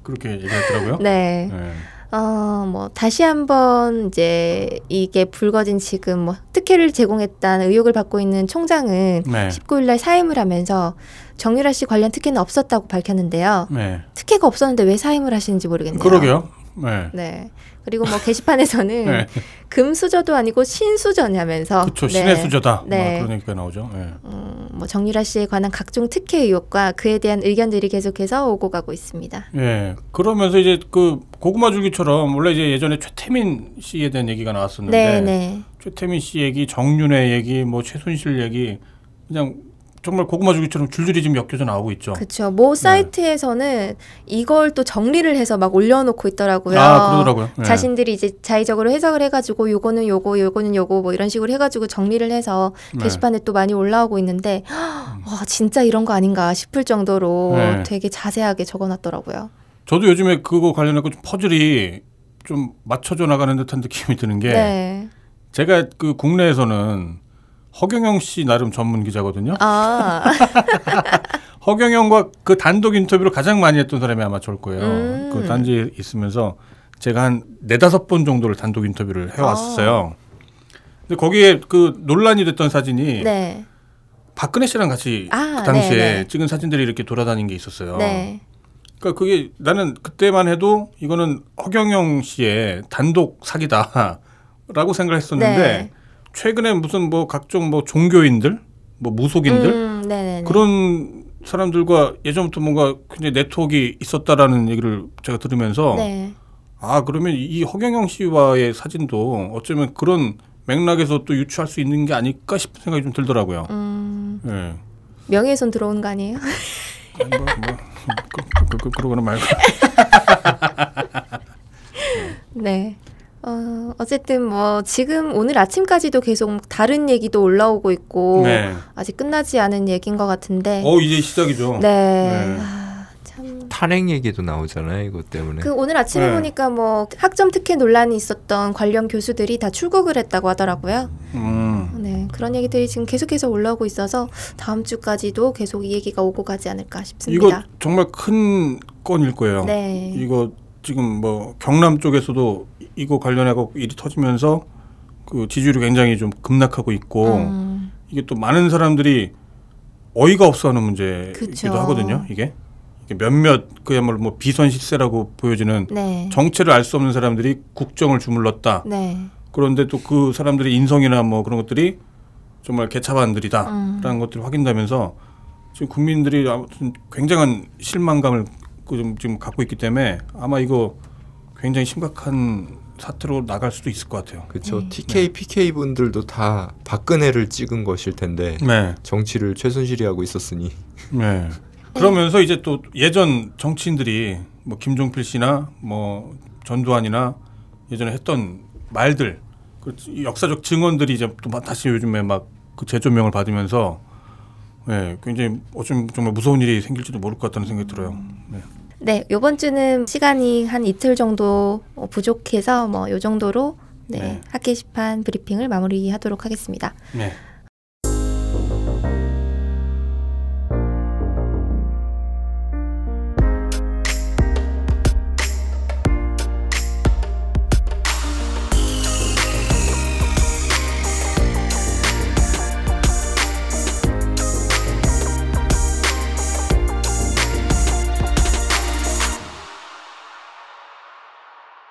[SPEAKER 2] 그렇게 얘기했더라고요.
[SPEAKER 1] 네.
[SPEAKER 2] 네.
[SPEAKER 1] 어, 뭐, 다시 한번 이제 이게 불거진 지금 뭐, 특혜를 제공했다는 의혹을 받고 있는 총장은
[SPEAKER 2] 네.
[SPEAKER 1] 19일날 사임을 하면서 정유라 씨 관련 특혜는 없었다고 밝혔는데요.
[SPEAKER 2] 네.
[SPEAKER 1] 특혜가 없었는데 왜 사임을 하시는지 모르겠네요.
[SPEAKER 2] 그러게요. 네.
[SPEAKER 1] 네. 그리고 뭐 게시판에서는
[SPEAKER 2] <laughs> 네.
[SPEAKER 1] 금수저도 아니고 신수저냐면서
[SPEAKER 2] 그렇죠. 신의 수저다.
[SPEAKER 1] 어, 네.
[SPEAKER 2] 뭐 그런 얘기가 나오죠. 네.
[SPEAKER 1] 음, 뭐 정유라 씨에 관한 각종 특혜 의혹과 그에 대한 의견들이 계속해서 오고 가고 있습니다.
[SPEAKER 2] 예. 그러면서 이제 그 고구마 줄기처럼 원래 이제 예전에 최태민 씨에 대한 얘기가 나왔었는데
[SPEAKER 1] 네, 네.
[SPEAKER 2] 최태민 씨 얘기, 정윤회 얘기, 뭐 최순실 얘기 그냥 정말 고구마 줄기처럼 줄줄이 지금 엮여져 나오고 있죠.
[SPEAKER 1] 그렇죠. 모
[SPEAKER 2] 네.
[SPEAKER 1] 사이트에서는 이걸 또 정리를 해서 막 올려놓고 있더라고요.
[SPEAKER 2] 아 그러더라고요. 예.
[SPEAKER 1] 자신들이 이제 자의적으로 해석을 해가지고 요거는 요거, 요거는 요거 뭐 이런 식으로 해가지고 정리를 해서
[SPEAKER 2] 네. 음.
[SPEAKER 1] 게시판에 또 많이 올라오고 있는데 와 진짜 이런 거 아닌가 싶을 정도로
[SPEAKER 2] 네.
[SPEAKER 1] 되게 자세하게 적어놨더라고요.
[SPEAKER 2] 저도 요즘에 그거 관련해서 좀 퍼즐이 좀 맞춰져 나가는 듯한 느낌이 드는 게
[SPEAKER 1] 네.
[SPEAKER 2] 제가 그 국내에서는 허경영 씨 나름 전문 기자거든요. <laughs>
[SPEAKER 1] 아,
[SPEAKER 2] 허경영과 그 단독 인터뷰를 가장 많이 했던 사람이 아마 저일 거예요.
[SPEAKER 1] 음.
[SPEAKER 2] 그 단지에 있으면서 제가 한 네다섯 번 정도를 단독 인터뷰를 해왔어요.
[SPEAKER 1] 아.
[SPEAKER 2] 근데 거기에 그 논란이 됐던 사진이
[SPEAKER 1] 네.
[SPEAKER 2] 박근혜 씨랑 같이
[SPEAKER 1] 아,
[SPEAKER 2] 그 당시에
[SPEAKER 1] 네네.
[SPEAKER 2] 찍은 사진들이 이렇게 돌아다닌 게 있었어요.
[SPEAKER 1] 네.
[SPEAKER 2] 그러니까 그게 나는 그때만 해도 이거는 허경영 씨의 단독 사기다라고 생각했었는데
[SPEAKER 1] 네.
[SPEAKER 2] 최근에 무슨 뭐 각종 뭐 종교인들, 뭐 무속인들
[SPEAKER 1] 음, 네네네.
[SPEAKER 2] 그런 사람들과 예전부터 뭔가 굉장히 네트워크가 있었다라는 얘기를 제가 들으면서
[SPEAKER 1] 네.
[SPEAKER 2] 아 그러면 이 허경영 씨와의 사진도 어쩌면 그런 맥락에서 또 유추할 수 있는 게 아닐까 싶은 생각이 좀 들더라고요.
[SPEAKER 1] 음,
[SPEAKER 2] 예.
[SPEAKER 1] 명예훼손 들어온 거 아니에요?
[SPEAKER 2] 뭐, 뭐, 그, 그, 그, 그러거나 말고.
[SPEAKER 1] 네. 어, 어쨌든 뭐 지금 오늘 아침까지도 계속 다른 얘기도 올라오고 있고
[SPEAKER 2] 네.
[SPEAKER 1] 아직 끝나지 않은 얘기인 것 같은데.
[SPEAKER 2] 어 이제 시작이죠.
[SPEAKER 1] 네.
[SPEAKER 2] 네.
[SPEAKER 1] 아, 참.
[SPEAKER 3] 탄핵 얘기도 나오잖아요. 이것 때문에.
[SPEAKER 1] 그 오늘 아침에
[SPEAKER 2] 네.
[SPEAKER 1] 보니까 뭐 학점 특혜 논란이 있었던 관련 교수들이 다 출국을 했다고 하더라고요.
[SPEAKER 2] 음.
[SPEAKER 1] 네. 그런 얘기들이 지금 계속해서 올라오고 있어서 다음 주까지도 계속 이 얘기가 오고 가지 않을까
[SPEAKER 2] 이거
[SPEAKER 1] 싶습니다.
[SPEAKER 2] 정말 큰 건일 거예요.
[SPEAKER 1] 네.
[SPEAKER 2] 이거 지금 뭐 경남 쪽에서도 이- 이거 관련해서 일이 터지면서 그 지지율이 굉장히 좀 급락하고 있고
[SPEAKER 1] 음,
[SPEAKER 2] 이게 또 많은 사람들이 어이가 없어하는 문제이기도
[SPEAKER 1] 그쵸.
[SPEAKER 2] 하거든요. 이게 이렇게 몇몇 그야말로 뭐 비선 실세라고 보여지는
[SPEAKER 1] 네.
[SPEAKER 2] 정체를 알 수 없는 사람들이 국정을 주물렀다.
[SPEAKER 1] 네.
[SPEAKER 2] 그런데 또 그 사람들의 인성이나 뭐 그런 것들이 정말 개차반들이다라는 것들을 확인되면서 지금 국민들이 아무튼 굉장한 실망감을 그 좀 지금 갖고 있기 때문에 아마 이거 굉장히 심각한 사태로 나갈 수도 있을 것 같아요.
[SPEAKER 3] 그렇죠. TK, PK 분들도 다 박근혜를 찍은 것일 텐데
[SPEAKER 2] 네,
[SPEAKER 3] 정치를 최순실이 하고 있었으니
[SPEAKER 2] 네. 그러면서 이제 또 예전 정치인들이 뭐 김종필 씨나 뭐 전두환이나 예전에 했던 말들 그 역사적 증언들이 이제 또 막 다시 요즘에 막 그 재조명을 받으면서 예, 굉장히 어쩜 정말 무서운 일이 생길지도 모를 것 같다는 생각이 들어요. 네.
[SPEAKER 1] 네, 요번 주는 시간이 한 이틀 정도 어, 부족해서 뭐 요 정도로 네,
[SPEAKER 2] 네.
[SPEAKER 1] 학계 시판 브리핑을 마무리하도록 하겠습니다.
[SPEAKER 2] 네.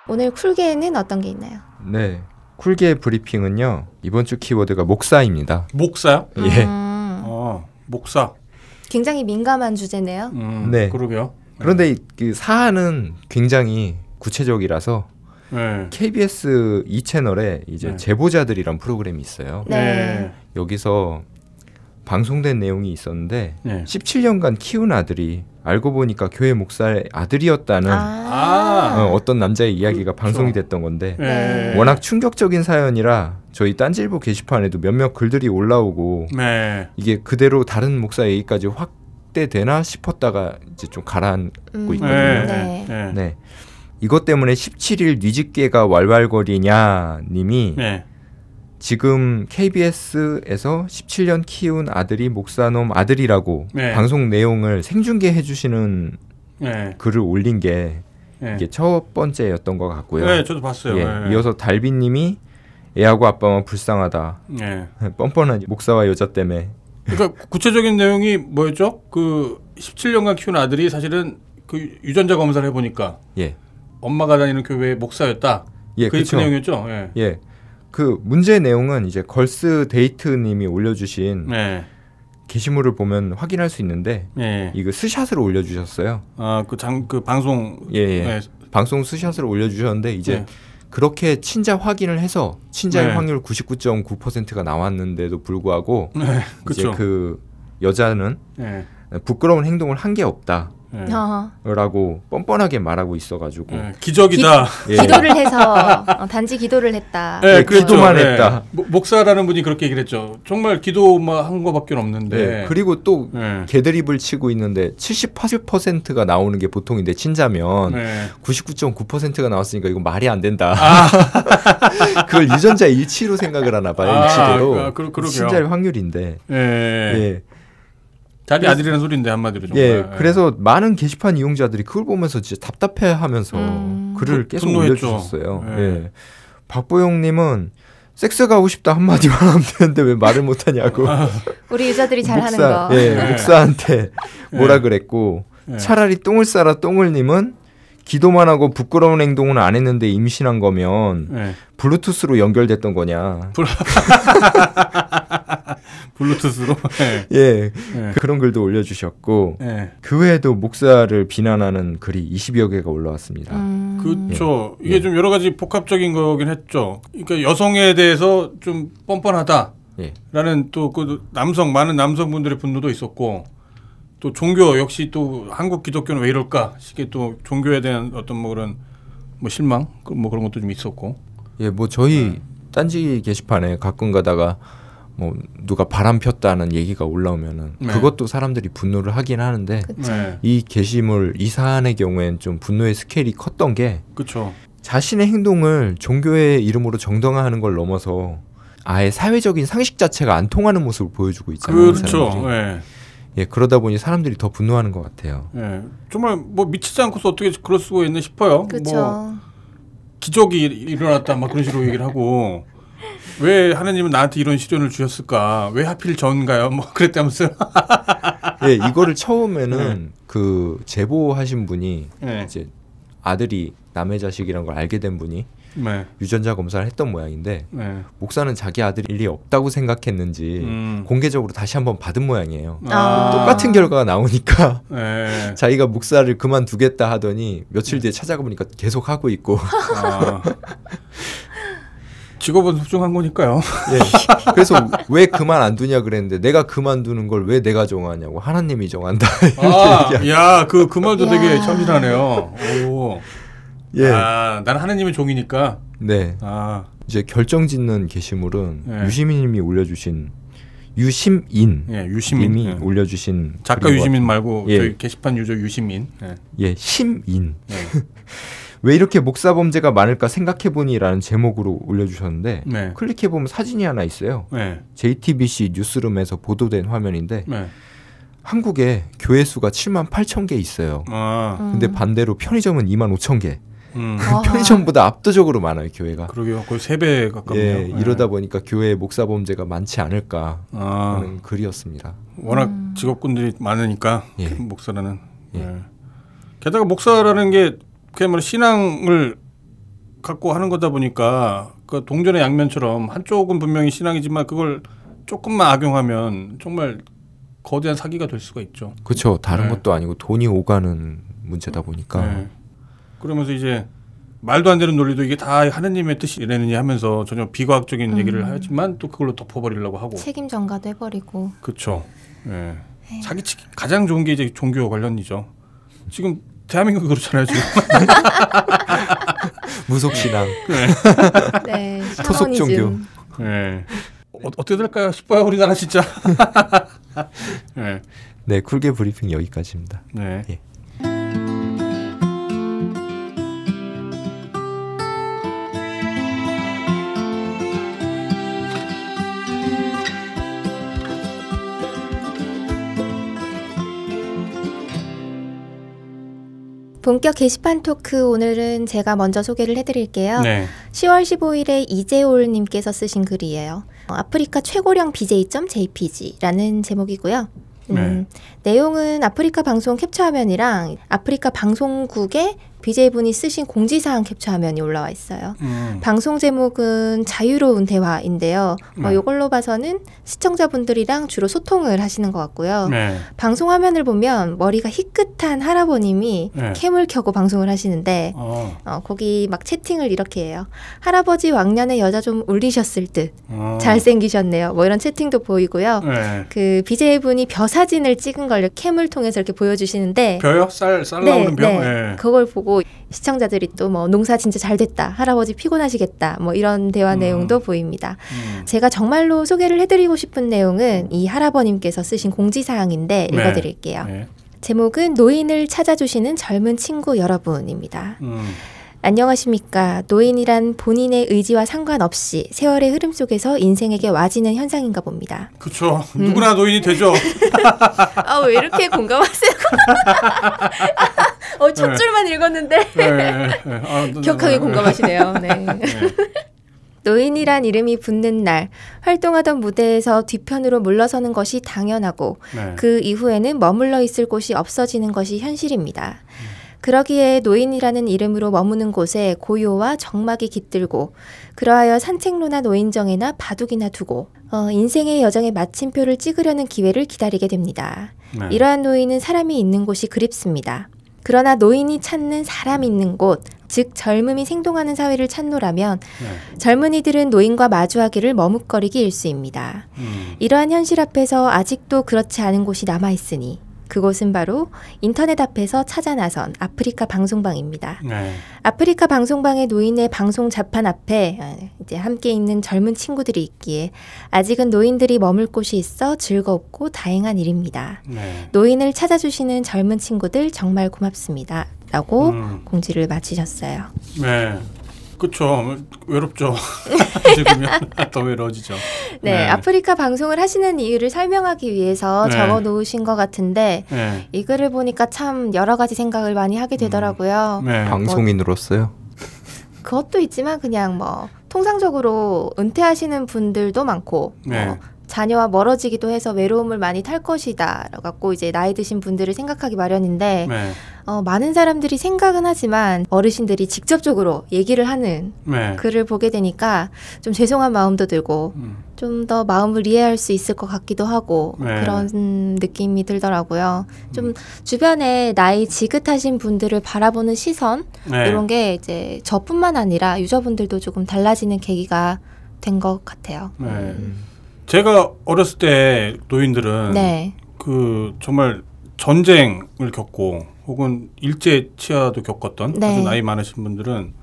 [SPEAKER 1] 오늘 쿨게에는 어떤 게 있나요?
[SPEAKER 3] 네. 쿨게 브리핑은요. 이번 주 키워드가 목사입니다.
[SPEAKER 2] 목사요?
[SPEAKER 3] 예.
[SPEAKER 1] 음,
[SPEAKER 2] 어, 목사.
[SPEAKER 1] 굉장히 민감한 주제네요.
[SPEAKER 2] 음,
[SPEAKER 3] 네.
[SPEAKER 2] 그러게요.
[SPEAKER 3] 그런데 이- 그 사안은 굉장히 구체적이라서
[SPEAKER 2] 네.
[SPEAKER 3] KBS 2 채널에 이제
[SPEAKER 2] 네.
[SPEAKER 3] 제보자들이란 프로그램이 있어요.
[SPEAKER 1] 네.
[SPEAKER 3] 여기서 방송된 내용이 있었는데
[SPEAKER 2] 네.
[SPEAKER 3] 17년간 키운 아들이 알고 보니까 교회 목사의 아들이었다는
[SPEAKER 2] 아.
[SPEAKER 3] 어, 어떤 남자의 이야기가 방송이 됐던 건데
[SPEAKER 1] 네.
[SPEAKER 3] 워낙 충격적인 사연이라 저희 딴질보 게시판에도 몇몇 글들이 올라오고
[SPEAKER 2] 네.
[SPEAKER 3] 이게 그대로 다른 목사 얘기까지 확대되나 싶었다가 이제 좀 가라앉.
[SPEAKER 1] 음,
[SPEAKER 3] 있거든요.
[SPEAKER 2] 네.
[SPEAKER 1] 네.
[SPEAKER 2] 네.
[SPEAKER 3] 네. 이것 때문에 17일 뉘집개가 왈왈거리냐 님이
[SPEAKER 2] 네.
[SPEAKER 3] 지금 KBS에서 17년 키운 아들이 목사놈 아들이라고
[SPEAKER 2] 네.
[SPEAKER 3] 방송 내용을 생중계해 주시는
[SPEAKER 2] 네.
[SPEAKER 3] 글을 올린 게
[SPEAKER 2] 네.
[SPEAKER 3] 이게 첫 번째였던 것 같고요.
[SPEAKER 2] 네, 저도 봤어요.
[SPEAKER 3] 예,
[SPEAKER 2] 네.
[SPEAKER 3] 이어서 달비님이 애하고 아빠만 불쌍하다. <laughs>
[SPEAKER 2] 네.
[SPEAKER 3] 뻔뻔한 목사와 여자 때문에
[SPEAKER 2] 그러니까 구체적인 내용이 뭐였죠? 그 17년간 키운 아들이 사실은 그 유전자 검사를 해보니까
[SPEAKER 3] 예,
[SPEAKER 2] 엄마가 다니는 교회의 목사였다.
[SPEAKER 3] 예,
[SPEAKER 2] 그게 그
[SPEAKER 3] 그쵸.
[SPEAKER 2] 내용이었죠. 예.
[SPEAKER 3] 예. 그 문제 내용은 이제 걸스 데이트님이 올려주신
[SPEAKER 2] 네.
[SPEAKER 3] 게시물을 보면 확인할 수 있는데
[SPEAKER 2] 예.
[SPEAKER 3] 이거 스샷을 올려주셨어요.
[SPEAKER 2] 아, 그 장 그 방송
[SPEAKER 3] 예, 예.
[SPEAKER 2] 네.
[SPEAKER 3] 방송 스샷을 올려주셨는데 이제
[SPEAKER 2] 네.
[SPEAKER 3] 그렇게 친자 확인을 해서 친자의
[SPEAKER 2] 네.
[SPEAKER 3] 확률 99.9%가 나왔는데도 불구하고
[SPEAKER 2] 네.
[SPEAKER 3] 이제
[SPEAKER 2] 그렇죠.
[SPEAKER 3] 그 여자는
[SPEAKER 2] 예.
[SPEAKER 3] 부끄러운 행동을 한 게 없다라고
[SPEAKER 2] 예.
[SPEAKER 1] 어,
[SPEAKER 3] 뻔뻔하게 말하고 있어가지고
[SPEAKER 2] 예. 기적이다.
[SPEAKER 3] 예.
[SPEAKER 1] 기도를 해서 어, 단지 기도를 했다.
[SPEAKER 2] <laughs> 예,
[SPEAKER 3] 네,
[SPEAKER 2] 그랬죠.
[SPEAKER 3] 기도만
[SPEAKER 2] 예.
[SPEAKER 3] 했다.
[SPEAKER 2] 목- 목사라는 분이 그렇게 얘기를 했죠. 정말 기도만 뭐 한 거밖에 없는데.
[SPEAKER 3] 네. 그리고 또
[SPEAKER 2] 예.
[SPEAKER 3] 개드립을 치고 있는데 78%가 나오는 게 보통인데 친자면
[SPEAKER 2] 예.
[SPEAKER 3] 99.9%가 나왔으니까 이건 말이 안 된다. <laughs> 그걸 유전자 일치로 생각을 하나 봐요.
[SPEAKER 2] 아,
[SPEAKER 3] 일치대로.
[SPEAKER 2] 아, 그러- 그러게요.
[SPEAKER 3] 친자의 확률인데.
[SPEAKER 2] 예.
[SPEAKER 3] 예.
[SPEAKER 2] 자기 아들이라는 소리인데 한마디로 정말. 네.
[SPEAKER 3] 예. 그래서 많은 게시판 이용자들이 그걸 보면서 진짜 답답해 하면서
[SPEAKER 1] 음.
[SPEAKER 3] 글을
[SPEAKER 2] 분-
[SPEAKER 3] 계속
[SPEAKER 2] 분노했죠.
[SPEAKER 3] 올려주셨어요.
[SPEAKER 2] 예.
[SPEAKER 3] 예. 박보영 님은 섹스 가고 싶다 한마디만 하면 되는데 왜
[SPEAKER 2] <laughs>
[SPEAKER 3] 말을 못하냐고.
[SPEAKER 1] 우리 유저들이 잘하는
[SPEAKER 3] 목사,
[SPEAKER 1] 거.
[SPEAKER 3] 예,
[SPEAKER 2] 네.
[SPEAKER 3] 목사한테 뭐라 그랬고
[SPEAKER 2] 네.
[SPEAKER 3] 차라리 똥을 싸라 똥을님은 기도만 하고 부끄러운 행동은 안 했는데 임신한 거면
[SPEAKER 2] 예.
[SPEAKER 3] 블루투스로 연결됐던 거냐.
[SPEAKER 2] 블루투스로. <laughs> 예.
[SPEAKER 3] 예,
[SPEAKER 2] 예.
[SPEAKER 3] 그런 글도 올려주셨고
[SPEAKER 2] 예.
[SPEAKER 3] 그 외에도 목사를 비난하는 글이 20여 개가 올라왔습니다.
[SPEAKER 1] 음,
[SPEAKER 2] 그렇죠. 이게
[SPEAKER 3] 네.
[SPEAKER 2] 좀 여러 가지 복합적인 거긴 했죠. 그러니까 여성에 대해서 좀 뻔뻔하다라는
[SPEAKER 3] 예,
[SPEAKER 2] 또 그 남성 많은 남성분들의 분노도 있었고 또 종교 역시 또 한국 기독교는 왜 이럴까 싶게 또 종교에 대한 어떤 뭐 그런 뭐 실망 그 뭐 그런 것도 좀 있었고.
[SPEAKER 3] 예, 뭐 저희
[SPEAKER 2] 네.
[SPEAKER 3] 딴지 게시판에 가끔 가다가 뭐 누가 바람 폈다는 얘기가 올라오면은
[SPEAKER 2] 네.
[SPEAKER 3] 그것도 사람들이 분노를 하긴
[SPEAKER 1] 그렇죠.
[SPEAKER 3] 하는데
[SPEAKER 2] 네.
[SPEAKER 3] 이 게시물 이 사안의 경우엔 좀 분노의 스케일이 컸던 게
[SPEAKER 2] 그렇죠.
[SPEAKER 3] 자신의 행동을 종교의 이름으로 정당화하는 걸 넘어서 아예 사회적인 상식 자체가 안 통하는 모습을 보여주고 있잖아요.
[SPEAKER 2] 그렇죠.
[SPEAKER 3] 사람들이.
[SPEAKER 2] 예.
[SPEAKER 3] 예, 그러다 보니 사람들이 더 분노하는
[SPEAKER 2] <laughs>
[SPEAKER 3] 것 같아요.
[SPEAKER 2] 예. 정말 뭐 미치지 않고서 어떻게 그럴 수가 있나 싶어요.
[SPEAKER 1] 그렇죠.
[SPEAKER 2] 뭐 기적이 일어났다 막 그런 식으로 얘기를 하고 <laughs> 왜 하나님은 나한테 이런 시련을 주셨을까 왜 하필 전가요 뭐 그랬다면서요
[SPEAKER 3] 예, 이거를 처음에는 그 제보하신 분이
[SPEAKER 2] 네.
[SPEAKER 3] 이제 아들이 남의 자식이란 걸 알게 된 분이
[SPEAKER 2] 네.
[SPEAKER 3] 유전자 검사를 했던 모양인데
[SPEAKER 2] 네.
[SPEAKER 3] 목사는 자기 아들이 일이 없다고 생각했는지
[SPEAKER 2] 음.
[SPEAKER 3] 공개적으로 다시 한번 받은 모양이에요.
[SPEAKER 1] 아.
[SPEAKER 3] 똑같은 결과가 나오니까
[SPEAKER 2] 네.
[SPEAKER 3] 자기가 목사를 그만두겠다 하더니 며칠 뒤에 찾아가 보니까 계속
[SPEAKER 2] <laughs>
[SPEAKER 3] 하고 있고
[SPEAKER 2] 아. 직업은 소중한 거니까요.
[SPEAKER 3] 예. 그래서 왜 그만 안 두냐 그랬는데 내가 그만두는 걸 왜 내가 정하냐고 하나님이 정한다 <laughs>
[SPEAKER 2] 아, 야, 그, 그 말도 되게
[SPEAKER 1] 야.
[SPEAKER 2] 참신하네요. 오.
[SPEAKER 3] 예.
[SPEAKER 2] 아, 난 하나님의 종이니까.
[SPEAKER 3] 네
[SPEAKER 2] 아,
[SPEAKER 3] 이제 결정짓는 게시물은
[SPEAKER 2] 예.
[SPEAKER 3] 유시민님이 올려주신 유심인
[SPEAKER 2] 예, 유시민.
[SPEAKER 3] 님이
[SPEAKER 2] 예.
[SPEAKER 3] 올려주신
[SPEAKER 2] 작가
[SPEAKER 3] 글인 것
[SPEAKER 2] 유시민 말고
[SPEAKER 3] 예.
[SPEAKER 2] 저희 게시판 유저 유시민. 예.
[SPEAKER 3] 같아요. 예 심인
[SPEAKER 2] 네.
[SPEAKER 3] <laughs> 왜 이렇게 목사 범죄가 많을까 생각해보니라는 제목으로 올려주셨는데
[SPEAKER 2] 네.
[SPEAKER 3] 클릭해보면 사진이 하나 있어요
[SPEAKER 2] 네.
[SPEAKER 3] JTBC 뉴스룸에서 보도된 화면인데
[SPEAKER 2] 네.
[SPEAKER 3] 한국에 교회 수가 7만 8천 개 있어요
[SPEAKER 2] 아,
[SPEAKER 3] 근데
[SPEAKER 1] 음.
[SPEAKER 3] 반대로 편의점은 2만 5천 개 <laughs>
[SPEAKER 2] 음.
[SPEAKER 1] 아하.
[SPEAKER 3] 편의점보다 압도적으로 많아요 교회가.
[SPEAKER 2] 그러게요. 거의 세 배 가깝네요.
[SPEAKER 3] 예,
[SPEAKER 2] 예.
[SPEAKER 3] 이러다 보니까 교회의 목사 범죄가 많지 않을까
[SPEAKER 2] 아,
[SPEAKER 3] 하는 글이었습니다.
[SPEAKER 2] 워낙 직업군들이 많으니까
[SPEAKER 3] 예.
[SPEAKER 2] 그 목사라는.
[SPEAKER 3] 예.
[SPEAKER 2] 예. 게다가 목사라는 게 그야말로 신앙을 갖고 하는 거다 보니까 그 동전의 양면처럼 한쪽은 분명히 신앙이지만 그걸 조금만 악용하면 정말 거대한 사기가 될 수가 있죠.
[SPEAKER 3] 그렇죠. 다른
[SPEAKER 2] 네.
[SPEAKER 3] 것도 아니고 돈이 오가는 문제다 보니까
[SPEAKER 2] 네. 그러면서 이제 말도 안 되는 논리도 이게 다 하느님의 뜻이라느니 하면서 전혀 비과학적인 얘기를 하지만 또 그걸로 덮어버리려고 하고
[SPEAKER 1] 책임 전가도 해버리고
[SPEAKER 2] 그렇죠. 예.
[SPEAKER 1] 네.
[SPEAKER 2] 사기치기 가장 좋은 게 이제 종교 관련이죠. 지금 대한민국 그렇잖아요
[SPEAKER 1] <laughs>
[SPEAKER 2] 지금.
[SPEAKER 3] 무속 신앙.
[SPEAKER 1] 네
[SPEAKER 3] <laughs> 토속 종교.
[SPEAKER 1] 샤머니즘.
[SPEAKER 2] 예. 어, 어떻게 될까요? 싶어요 우리나라 진짜. <laughs> 예.
[SPEAKER 3] 네, 쿨게 브리핑 여기까지입니다.
[SPEAKER 2] 네.
[SPEAKER 3] 예.
[SPEAKER 1] 본격 게시판 토크 오늘은 제가 먼저 소개를 해드릴게요.
[SPEAKER 2] 네.
[SPEAKER 1] 10월 15일에 이재올님께서 쓰신 글이에요. 어, 아프리카 최고령 BJ.jpg라는 제목이고요. 음,
[SPEAKER 2] 네.
[SPEAKER 1] 내용은 아프리카 방송 캡처 화면이랑 아프리카 방송국의 BJ분이 쓰신 공지사항 캡처 화면이 올라와 있어요.
[SPEAKER 2] 음.
[SPEAKER 1] 방송 제목은 자유로운 대화인데요.
[SPEAKER 2] 네.
[SPEAKER 1] 이걸로 봐서는 시청자분들이랑 주로 소통을 하시는 것 같고요.
[SPEAKER 2] 네.
[SPEAKER 1] 방송 화면을 보면 머리가 희끗한 할아버님이
[SPEAKER 2] 네.
[SPEAKER 1] 캠을 켜고 방송을 하시는데
[SPEAKER 2] 어.
[SPEAKER 1] 어, 거기 막 채팅을 이렇게 해요. 할아버지 왕년에 여자 좀 울리셨을 듯
[SPEAKER 2] 어.
[SPEAKER 1] 잘생기셨네요. 뭐 이런 채팅도 보이고요.
[SPEAKER 2] 네.
[SPEAKER 1] 그 BJ분이 벼 사진을 찍은 걸 이렇게 캠을 통해서 이렇게 보여주시는데
[SPEAKER 2] 벼요? 쌀, 쌀
[SPEAKER 1] 네,
[SPEAKER 2] 나오는 벼? 예.
[SPEAKER 1] 그걸 보고 시청자들이 또 뭐 농사 진짜 잘 됐다. 할아버지 피곤하시겠다. 뭐 이런 대화
[SPEAKER 2] 음.
[SPEAKER 1] 내용도 보입니다.
[SPEAKER 2] 음.
[SPEAKER 1] 제가 정말로 소개를 해드리고 싶은 내용은 이 할아버님께서 쓰신 공지사항인데
[SPEAKER 2] 네.
[SPEAKER 1] 읽어드릴게요.
[SPEAKER 2] 네.
[SPEAKER 1] 제목은 노인을 찾아주시는 젊은 친구 여러분입니다.
[SPEAKER 2] 음.
[SPEAKER 1] 안녕하십니까. 노인이란 본인의 의지와 상관없이 세월의 흐름 속에서 인생에게 와지는 현상인가 봅니다.
[SPEAKER 2] 그렇죠.
[SPEAKER 1] 음.
[SPEAKER 2] 누구나
[SPEAKER 1] <laughs>
[SPEAKER 2] 노인이 되죠.
[SPEAKER 1] 아, 왜 이렇게 공감하세요? <laughs> 어, 첫
[SPEAKER 2] 네.
[SPEAKER 1] 줄만 읽었는데
[SPEAKER 2] 예, 예, 예. 아, 네,
[SPEAKER 1] 격하게
[SPEAKER 2] 네.
[SPEAKER 1] 공감하시네요. 네.
[SPEAKER 2] 예.
[SPEAKER 1] 노인이란 이름이 붙는 날, 활동하던 무대에서 뒤편으로 물러서는 것이 당연하고,
[SPEAKER 2] 네.
[SPEAKER 1] 그 이후에는 머물러 있을 곳이 없어지는 것이 현실입니다. 그러기에 노인이라는 이름으로 머무는 곳에 고요와 적막이 깃들고 그러하여 산책로나 노인정에나 바둑이나 두고 어, 인생의 여정의 마침표를 찍으려는 기회를 기다리게 됩니다.
[SPEAKER 2] 네.
[SPEAKER 1] 이러한 노인은 사람이 있는 곳이 그립습니다. 그러나 노인이 찾는 사람 있는 곳, 즉 젊음이 생동하는 사회를 찾노라면
[SPEAKER 2] 네.
[SPEAKER 1] 젊은이들은 노인과 마주하기를 머뭇거리기 일수입니다.
[SPEAKER 2] 음.
[SPEAKER 1] 이러한 현실 앞에서 아직도 그렇지 않은 곳이 남아 있으니 그곳은 바로 인터넷 앞에서 찾아 나선 아프리카 방송방입니다.
[SPEAKER 2] 네.
[SPEAKER 1] 아프리카 방송방의 노인의 방송 자판 앞에 아, 이제 함께 있는 젊은 친구들이 있기에 아직은 노인들이 머물 곳이 있어 즐겁고 다행한 일입니다.
[SPEAKER 2] 네.
[SPEAKER 1] 노인을 찾아주시는 젊은 친구들 정말 고맙습니다. 라고
[SPEAKER 2] 음.
[SPEAKER 1] 공지를 마치셨어요.
[SPEAKER 2] 네. 그렇죠.
[SPEAKER 1] <laughs>
[SPEAKER 2] 외롭죠. 지금면 더 외로워지죠.
[SPEAKER 1] 네, 아프리카 방송을 하시는 이유를 설명하기 위해서
[SPEAKER 2] 네.
[SPEAKER 1] 적어 놓으신 것 같은데
[SPEAKER 2] 네.
[SPEAKER 1] 이 글을 보니까 참 여러 가지 생각을 많이 하게 되더라고요.
[SPEAKER 2] 음. 네.
[SPEAKER 3] 방송인으로서요.
[SPEAKER 1] 그것도 있지만 그냥 뭐 통상적으로 은퇴하시는 분들도 많고
[SPEAKER 2] 네.
[SPEAKER 1] 뭐 자녀와 멀어지기도 해서 외로움을 많이 탈 것이다. 라고 갖고 이제 나이 드신 분들을 생각하기 마련인데
[SPEAKER 2] 네.
[SPEAKER 1] 어, 많은 사람들이 생각은 하지만 어르신들이 직접적으로 얘기를 하는
[SPEAKER 2] 네.
[SPEAKER 1] 글을 보게 되니까 좀 죄송한 마음도 들고
[SPEAKER 2] 음.
[SPEAKER 1] 좀 더 마음을 이해할 수 있을 것 같기도 하고
[SPEAKER 2] 네.
[SPEAKER 1] 그런 느낌이 들더라고요. 좀
[SPEAKER 2] 음.
[SPEAKER 1] 주변에 나이 지긋하신 분들을 바라보는 시선
[SPEAKER 2] 네.
[SPEAKER 1] 그 이런 게 이제 저뿐만 아니라 유저분들도 조금 달라지는 계기가 된 것 같아요.
[SPEAKER 2] 네. 제가 어렸을 때 노인들은
[SPEAKER 1] 네,
[SPEAKER 2] 그 정말 전쟁을 겪고 혹은 일제 치하도 겪었던
[SPEAKER 1] 네.
[SPEAKER 2] 아주 나이 많으신 분들은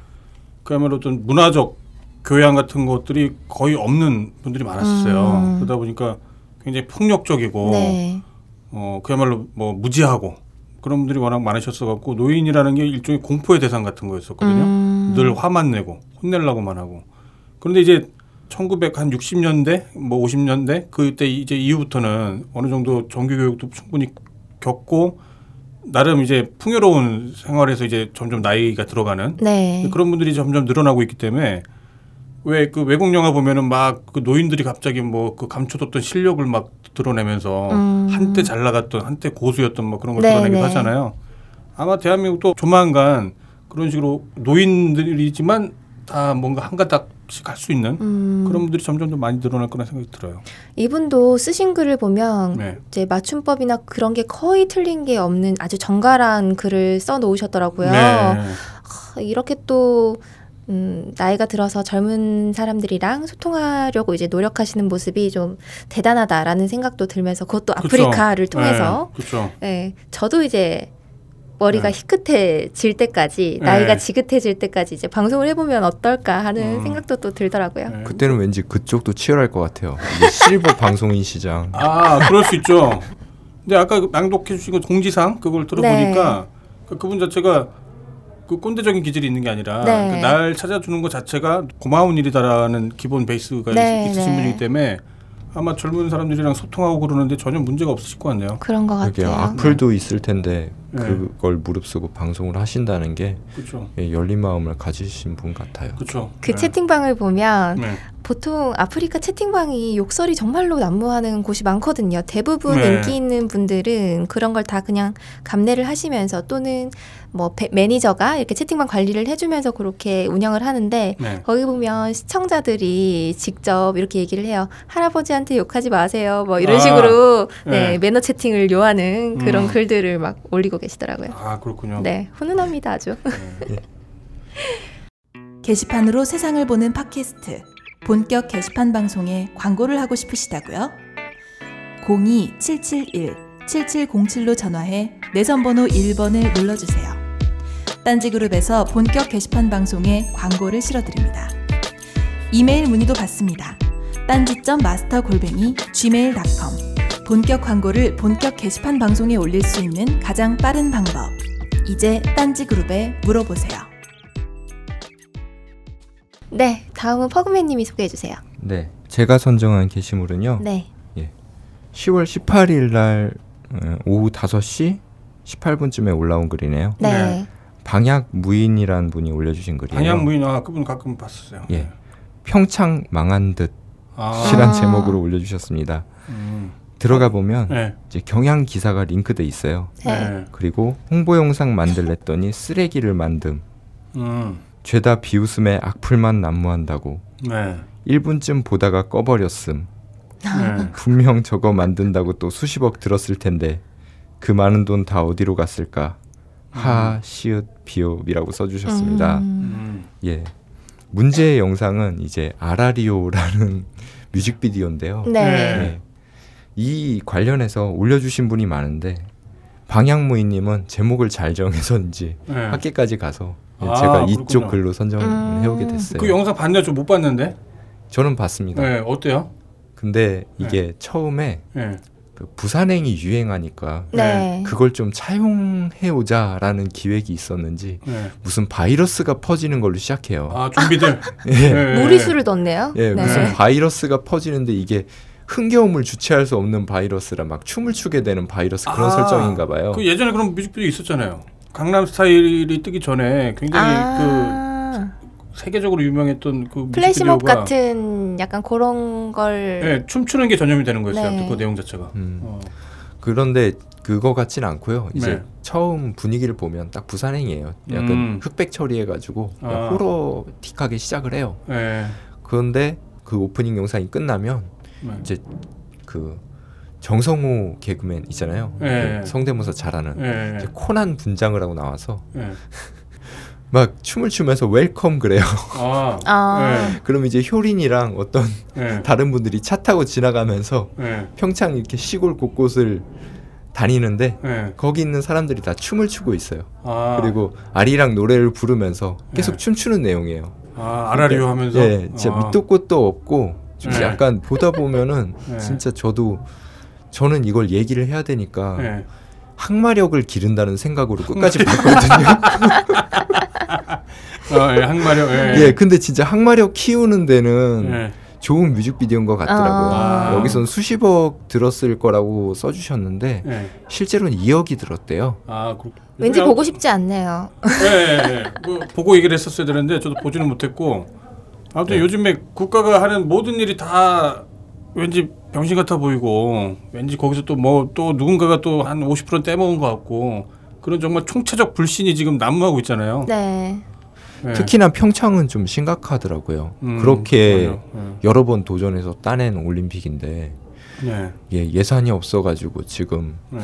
[SPEAKER 2] 그야말로 어떤 문화적 교양 같은 것들이 거의 없는 분들이 많았어요.
[SPEAKER 1] 음.
[SPEAKER 2] 그러다 보니까 굉장히 폭력적이고
[SPEAKER 1] 네,
[SPEAKER 2] 어 그야말로 뭐 무지하고 그런 분들이 워낙 많으셨어 갖고 노인이라는 게 일종의 공포의 대상 같은 거였었거든요.
[SPEAKER 1] 음.
[SPEAKER 2] 늘 화만 내고 혼내려고만 하고 그런데 이제 1960년대 뭐 50년대 그때 이제 이후부터는 어느 정도 정규 교육도 충분히 겪고 나름 이제 풍요로운 생활에서 이제 점점 나이가 들어가는
[SPEAKER 1] 네,
[SPEAKER 2] 그런 분들이 점점 늘어나고 있기 때문에 왜 그 외국 영화 보면은 막 그 노인들이 갑자기 뭐 그 감춰뒀던 실력을 막 드러내면서
[SPEAKER 1] 음.
[SPEAKER 2] 한때 잘 나갔던 한때 고수였던 뭐 그런 걸
[SPEAKER 1] 네,
[SPEAKER 2] 드러내기도
[SPEAKER 1] 네.
[SPEAKER 2] 하잖아요. 아마 대한민국도 조만간 그런 식으로 노인들이지만 다 뭔가 한 가닥씩 할 수 있는
[SPEAKER 1] 음.
[SPEAKER 2] 그런 분들이 점점 좀 많이 늘어날 거라 생각이 들어요.
[SPEAKER 1] 이분도 쓰신 글을 보면
[SPEAKER 2] 네.
[SPEAKER 1] 이제 맞춤법이나 그런 게 거의 틀린 게 없는 아주 정갈한 글을 써 놓으셨더라고요.
[SPEAKER 2] 네.
[SPEAKER 1] 하, 이렇게 또 음, 나이가 들어서 젊은 사람들이랑 소통하려고 이제 노력하시는 모습이 좀 대단하다라는 생각도 들면서 그것도 아프리카를 통해서
[SPEAKER 2] 그렇죠.
[SPEAKER 1] 네, 저도 이제 머리가
[SPEAKER 2] 네.
[SPEAKER 1] 희끗해질 때까지
[SPEAKER 2] 네.
[SPEAKER 1] 나이가 지긋해질 때까지 이제 방송을 해보면 어떨까 하는
[SPEAKER 2] 음.
[SPEAKER 1] 생각도 또 들더라고요.
[SPEAKER 2] 네.
[SPEAKER 3] 그때는 왠지 그쪽도 치열할 것 같아요.
[SPEAKER 2] <laughs>
[SPEAKER 3] 이게 실버 방송인 시장.
[SPEAKER 2] 아, 그럴 수 있죠. 근데 아까 그 낭독해 주신 그 공지상 그걸 들어보니까
[SPEAKER 1] 네.
[SPEAKER 2] 그 그분 자체가 그 꼰대적인 기질이 있는 게 아니라
[SPEAKER 1] 네.
[SPEAKER 2] 그날 찾아주는 것 자체가 고마운 일이다라는 기본 베이스가
[SPEAKER 1] 네,
[SPEAKER 2] 있- 있으신
[SPEAKER 1] 네.
[SPEAKER 2] 분이기 때문에 아마 젊은 사람들이랑 소통하고 그러는데 전혀 문제가 없으실 것 같네요.
[SPEAKER 1] 그런 것
[SPEAKER 3] 이게
[SPEAKER 1] 같아요.
[SPEAKER 3] 악플도 있을 텐데
[SPEAKER 2] 네.
[SPEAKER 3] 그걸 무릅쓰고 방송을 하신다는 게
[SPEAKER 2] 그렇죠.
[SPEAKER 3] 예, 열린 마음을 가지신 분 같아요.
[SPEAKER 2] 그렇죠.
[SPEAKER 1] 그
[SPEAKER 2] 네.
[SPEAKER 1] 채팅방을 보면
[SPEAKER 2] 네.
[SPEAKER 1] 보통 아프리카 채팅방이 욕설이 정말로 난무하는 곳이 많거든요. 대부분
[SPEAKER 2] 네.
[SPEAKER 1] 인기 있는 분들은 그런 걸 다 그냥 감내를 하시면서 또는 뭐 배- 매니저가 이렇게 채팅방 관리를 해주면서 그렇게 운영을 하는데
[SPEAKER 2] 네.
[SPEAKER 1] 거기 보면 시청자들이 직접 이렇게 얘기를 해요. 할아버지한테 욕하지 마세요. 뭐 이런
[SPEAKER 2] 아,
[SPEAKER 1] 식으로 네,
[SPEAKER 2] 네.
[SPEAKER 1] 매너 채팅을 요하는 그런
[SPEAKER 2] 음.
[SPEAKER 1] 글들을 막 올리고 계시더라고요.
[SPEAKER 2] 아, 그렇군요.
[SPEAKER 1] 네, 훈훈합니다 아주. <laughs>
[SPEAKER 6] 게시판으로 세상을 보는 팟캐스트 본격 게시판 방송에 광고를 하고 싶으시다고요? 02-771-7707로 전화해 내선번호 1번을 눌러주세요. 딴지그룹에서 본격 게시판 방송에 광고를 실어드립니다. 이메일 문의도 받습니다. 딴지점 마스터 골뱅이 gmail.com 본격 광고를 본격 게시판 방송에 올릴 수 있는 가장 빠른 방법 이제 딴지그룹에 물어보세요.
[SPEAKER 1] 네, 다음은 퍼그맨님이 소개해 주세요.
[SPEAKER 3] 네. 제가 선정한 게시물은요.
[SPEAKER 1] 네,
[SPEAKER 3] 10월 18일 날 어, 오후 5시 18분쯤에 올라온 글이네요.
[SPEAKER 1] 네,
[SPEAKER 2] 네.
[SPEAKER 3] 방약 무인이라는 분이 올려주신 글이에요.
[SPEAKER 2] 방향 무인 아, 그분 가끔 봤었어요.
[SPEAKER 3] 예. 평창 망한 듯이란
[SPEAKER 2] 아.
[SPEAKER 1] 아.
[SPEAKER 3] 제목으로 올려주셨습니다.
[SPEAKER 2] 음.
[SPEAKER 3] 들어가 보면
[SPEAKER 2] 네.
[SPEAKER 3] 이제 경향 기사가 링크돼 있어요.
[SPEAKER 1] 네.
[SPEAKER 2] 네.
[SPEAKER 3] 그리고 홍보 영상 만들랬더니 쓰레기를 만듦.
[SPEAKER 2] 음.
[SPEAKER 3] 죄다 비웃음에 악플만 난무한다고.
[SPEAKER 2] 네.
[SPEAKER 3] 1분쯤 보다가 꺼버렸음.
[SPEAKER 1] <laughs>
[SPEAKER 2] 네.
[SPEAKER 3] 분명 저거 만든다고 또 수십억 들었을 텐데 그 많은 돈 다 어디로 갔을까? 하 시읒 비읍이라고 써주셨습니다.
[SPEAKER 1] 음.
[SPEAKER 2] 음.
[SPEAKER 3] 예. 문제의 영상은 이제 아라리오라는 <laughs> 뮤직비디오인데요.
[SPEAKER 1] 네.
[SPEAKER 2] 네.
[SPEAKER 3] 예. 이 관련해서 올려주신 분이 많은데 방향무인님은 제목을 잘 정해서인지
[SPEAKER 2] 네.
[SPEAKER 3] 학계까지 가서 예,
[SPEAKER 2] 아,
[SPEAKER 3] 제가 이쪽
[SPEAKER 2] 그렇군요.
[SPEAKER 3] 글로 선정해오게
[SPEAKER 1] 음.
[SPEAKER 3] 됐어요.
[SPEAKER 2] 그 영상 봤는데 저못 봤는데.
[SPEAKER 3] 저는 봤습니다.
[SPEAKER 2] 네, 어때요?
[SPEAKER 3] 근데 이게 처음에
[SPEAKER 2] 네.
[SPEAKER 3] 그 부산행이 유행하니까
[SPEAKER 1] 네.
[SPEAKER 3] 그걸 좀 차용해오자라는 기획이 있었는지
[SPEAKER 2] 네.
[SPEAKER 3] 무슨 바이러스가 퍼지는 걸로 시작해요.
[SPEAKER 2] 아 좀비들.
[SPEAKER 3] 어. <laughs> 예.
[SPEAKER 2] 네.
[SPEAKER 1] 무리수를 넣네요.
[SPEAKER 3] 예,
[SPEAKER 1] 네.
[SPEAKER 3] 무슨 바이러스가 퍼지는데 이게 흥겨움을 주체할 수 없는 바이러스라 막 춤을 추게 되는 바이러스 그런
[SPEAKER 2] 아,
[SPEAKER 3] 설정인가 봐요.
[SPEAKER 2] 그 예전에 그런 뮤직비디오 있었잖아요. 강남 스타일이 뜨기 전에 굉장히
[SPEAKER 1] 아.
[SPEAKER 2] 그 세계적으로 유명했던 그
[SPEAKER 1] 플래시몹
[SPEAKER 2] 뮤직비디오가
[SPEAKER 1] 같은 약간 그런 걸
[SPEAKER 2] 예, 춤추는 게 전염이 되는 거였어요.
[SPEAKER 1] 네.
[SPEAKER 2] 아무튼 그 내용 자체가.
[SPEAKER 3] 음.
[SPEAKER 2] 어.
[SPEAKER 3] 그런데 그거 같진 않고요. 이제
[SPEAKER 2] 네.
[SPEAKER 3] 처음 분위기를 보면 딱 부산행이에요. 약간
[SPEAKER 2] 음.
[SPEAKER 3] 흑백 처리해가지고 그냥
[SPEAKER 2] 아.
[SPEAKER 3] 호러틱하게 시작을 해요.
[SPEAKER 2] 예.
[SPEAKER 3] 그런데 그 오프닝 영상이 끝나면
[SPEAKER 2] 네.
[SPEAKER 3] 이제 그 정성호 개그맨 있잖아요.
[SPEAKER 2] 예.
[SPEAKER 3] 그 성대모사 잘하는
[SPEAKER 2] 예.
[SPEAKER 3] 이제 코난 분장을 하고 나와서
[SPEAKER 2] 예.
[SPEAKER 3] 막 춤을 추면서 웰컴 그래요. <laughs>
[SPEAKER 2] 아.
[SPEAKER 1] 아.
[SPEAKER 3] 그럼 이제 효린이랑 어떤
[SPEAKER 2] 예. 예.
[SPEAKER 3] 다른 분들이 차 타고 지나가면서
[SPEAKER 2] 예.
[SPEAKER 3] 평창 이렇게 시골 곳곳을 다니는데
[SPEAKER 2] 예.
[SPEAKER 3] 거기 있는 사람들이 다 춤을 추고 있어요.
[SPEAKER 2] 아.
[SPEAKER 3] 그리고 아리랑 노래를 부르면서 계속
[SPEAKER 2] 예.
[SPEAKER 3] 춤추는 내용이에요.
[SPEAKER 2] 아, 아라리오 하면서
[SPEAKER 3] 예, 진짜
[SPEAKER 2] 아.
[SPEAKER 3] 밑도 끝도 없고 좀
[SPEAKER 2] 예.
[SPEAKER 3] 약간
[SPEAKER 2] <laughs>
[SPEAKER 3] 보다 보면은
[SPEAKER 2] 예.
[SPEAKER 3] 진짜 저도 저는 이걸 얘기를 해야 되니까
[SPEAKER 2] 예.
[SPEAKER 3] 항마력을 기른다는 생각으로 끝까지
[SPEAKER 2] <laughs>
[SPEAKER 3] 봤거든요.
[SPEAKER 2] 아, 예, 항마력. 예.
[SPEAKER 3] 예, 근데 진짜 항마력 키우는 데는
[SPEAKER 2] 예.
[SPEAKER 3] 좋은 뮤직비디오인 것 같더라고요.
[SPEAKER 2] 아.
[SPEAKER 3] 여기선 수십억 들었을 거라고 써주셨는데
[SPEAKER 2] 예.
[SPEAKER 3] 실제로는 2억이 들었대요.
[SPEAKER 2] 아, 그렇
[SPEAKER 1] 왠지 보고 싶지 않네요.
[SPEAKER 2] 예, 예, 예. 뭐, 보고 얘기를 했었어야 되는데 저도 보지는 못했고 아무튼
[SPEAKER 3] 네.
[SPEAKER 2] 요즘에 국가가 하는 모든 일이 다 왠지 병신 같아 보이고 왠지 거기서 또 뭐 또 누군가가 또 한 50% 떼먹은 것 같고 그런 정말 총체적 불신이 지금 난무하고 있잖아요.
[SPEAKER 1] 네.
[SPEAKER 2] 예.
[SPEAKER 3] 특히나 평창은 좀 심각하더라고요.
[SPEAKER 2] 음,
[SPEAKER 3] 그렇게
[SPEAKER 2] 맞아요.
[SPEAKER 3] 여러 번 도전해서 따낸 올림픽인데
[SPEAKER 2] 예. 예.
[SPEAKER 3] 예, 예산이 없어가지고 지금
[SPEAKER 2] 예.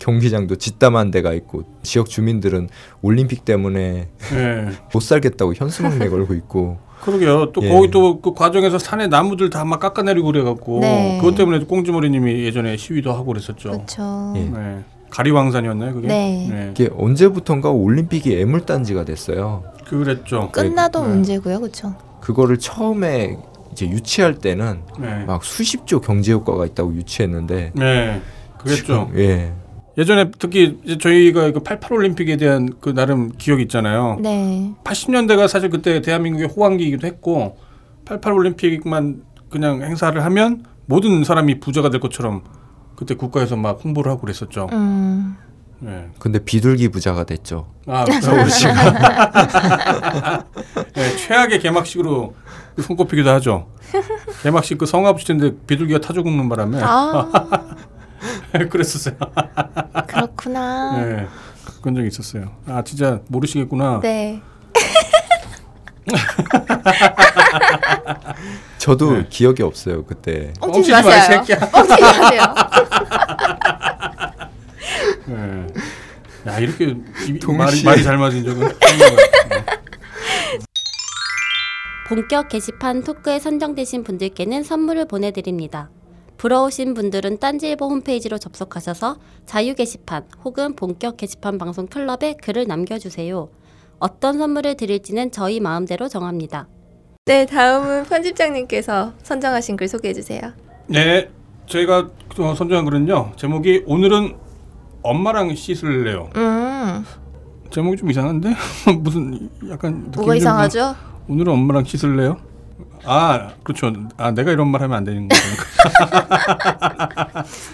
[SPEAKER 3] 경기장도 짓담한 데가 있고 지역 주민들은 올림픽 때문에
[SPEAKER 2] 예.
[SPEAKER 3] 못 살겠다고 현수막 내걸고 있고
[SPEAKER 2] 그러게요. 또
[SPEAKER 3] 예.
[SPEAKER 2] 거기 또 그 과정에서 산에 나무들 다 막 깎아내리고 그래갖고
[SPEAKER 1] 네.
[SPEAKER 2] 그것 때문에 꽁지머리님이 예전에 시위도 하고 그랬었죠.
[SPEAKER 1] 그렇죠.
[SPEAKER 3] 예.
[SPEAKER 2] 예. 가리왕산이었나요 그게?
[SPEAKER 1] 네.
[SPEAKER 2] 예.
[SPEAKER 3] 이게 언제부턴가 올림픽이 애물단지가 됐어요.
[SPEAKER 2] 그랬죠.
[SPEAKER 1] 끝나도
[SPEAKER 2] 네.
[SPEAKER 1] 문제고요. 그렇죠.
[SPEAKER 3] 그거를 처음에 이제 유치할 때는
[SPEAKER 2] 네.
[SPEAKER 3] 막 수십조 경제 효과가 있다고 유치했는데
[SPEAKER 2] 네. 그랬죠.
[SPEAKER 3] 지금, 예.
[SPEAKER 2] 예전에 특히 이제 저희가 그 88올림픽에 대한 그 나름 기억이 있잖아요.
[SPEAKER 1] 네.
[SPEAKER 2] 80년대가 사실 그때 대한민국의 호황기이기도 했고 88올림픽만 그냥 행사를 하면 모든 사람이 부자가 될 것처럼 그때 국가에서 막 홍보를 하고 그랬었죠.
[SPEAKER 1] 음.
[SPEAKER 2] 네.
[SPEAKER 3] 근데 비둘기 부자가 됐죠.
[SPEAKER 2] 아,
[SPEAKER 3] 서울시가
[SPEAKER 2] 네, 최악의 개막식으로 그 손꼽히기도 하죠. 개막식 그 성화 붙이는데 비둘기가 타조 굽는 바람에
[SPEAKER 1] 아
[SPEAKER 2] <laughs> 그랬었어요.
[SPEAKER 1] 그렇구나.
[SPEAKER 2] 네, 그런 적이 있었어요. 아 진짜 모르시겠구나.
[SPEAKER 1] 아. 네.
[SPEAKER 3] 저도
[SPEAKER 2] 네.
[SPEAKER 3] 기억이 없어요 그때.
[SPEAKER 1] 엉치지
[SPEAKER 2] 엉치지 마, 이
[SPEAKER 1] 마세요. <laughs>
[SPEAKER 2] 새끼야.
[SPEAKER 1] 엉치지
[SPEAKER 2] <laughs>
[SPEAKER 1] 마세요.
[SPEAKER 2] 예. 야 이렇게 이- 말이,
[SPEAKER 3] 동시에.
[SPEAKER 2] 말이 잘 맞은 적은 없는 것 같아요.
[SPEAKER 7] 본격 게시판 토크에 선정되신 분들께는 선물을 보내드립니다. 부러우신 분들은 딴지일보 홈페이지로 접속하셔서 자유 게시판 혹은 본격 게시판 방송 클럽에 글을 남겨주세요. 어떤 선물을 드릴지는 저희 마음대로 정합니다.
[SPEAKER 1] 네, 다음은 편집장님께서 선정하신 글 소개해 주세요.
[SPEAKER 2] 네, 저희가 어, 선정한 글은요 제목이 오늘은 엄마랑 씻을래요.
[SPEAKER 1] 음,
[SPEAKER 2] 제목이 좀 이상한데 <laughs> 무슨 약간 느낌이
[SPEAKER 1] 뭐가
[SPEAKER 2] 좀
[SPEAKER 1] 이상하죠?
[SPEAKER 2] 나- 오늘은 엄마랑 씻을래요? 아 그렇죠. 아 내가 이런 말 하면 안 되는 거니까.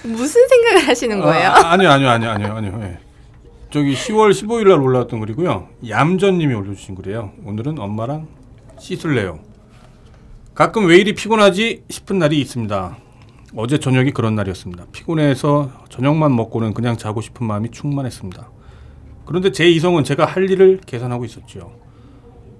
[SPEAKER 1] 무슨 생각을 하시는 거예요?
[SPEAKER 2] <laughs> 아, 아니요 아니요 아니요 아니요 아니요. 예. 저기 10월 15일 날 올라왔던 글이고요. 얌전님이 올려주신 글이에요. 오늘은 엄마랑 씻을래요. 가끔 왜 이리 피곤하지 싶은 날이 있습니다. 어제 저녁이 그런 날이었습니다. 피곤해서 저녁만 먹고는 그냥 자고 싶은 마음이 충만했습니다. 그런데 제 이성은 제가 할 일을 계산하고 있었지요.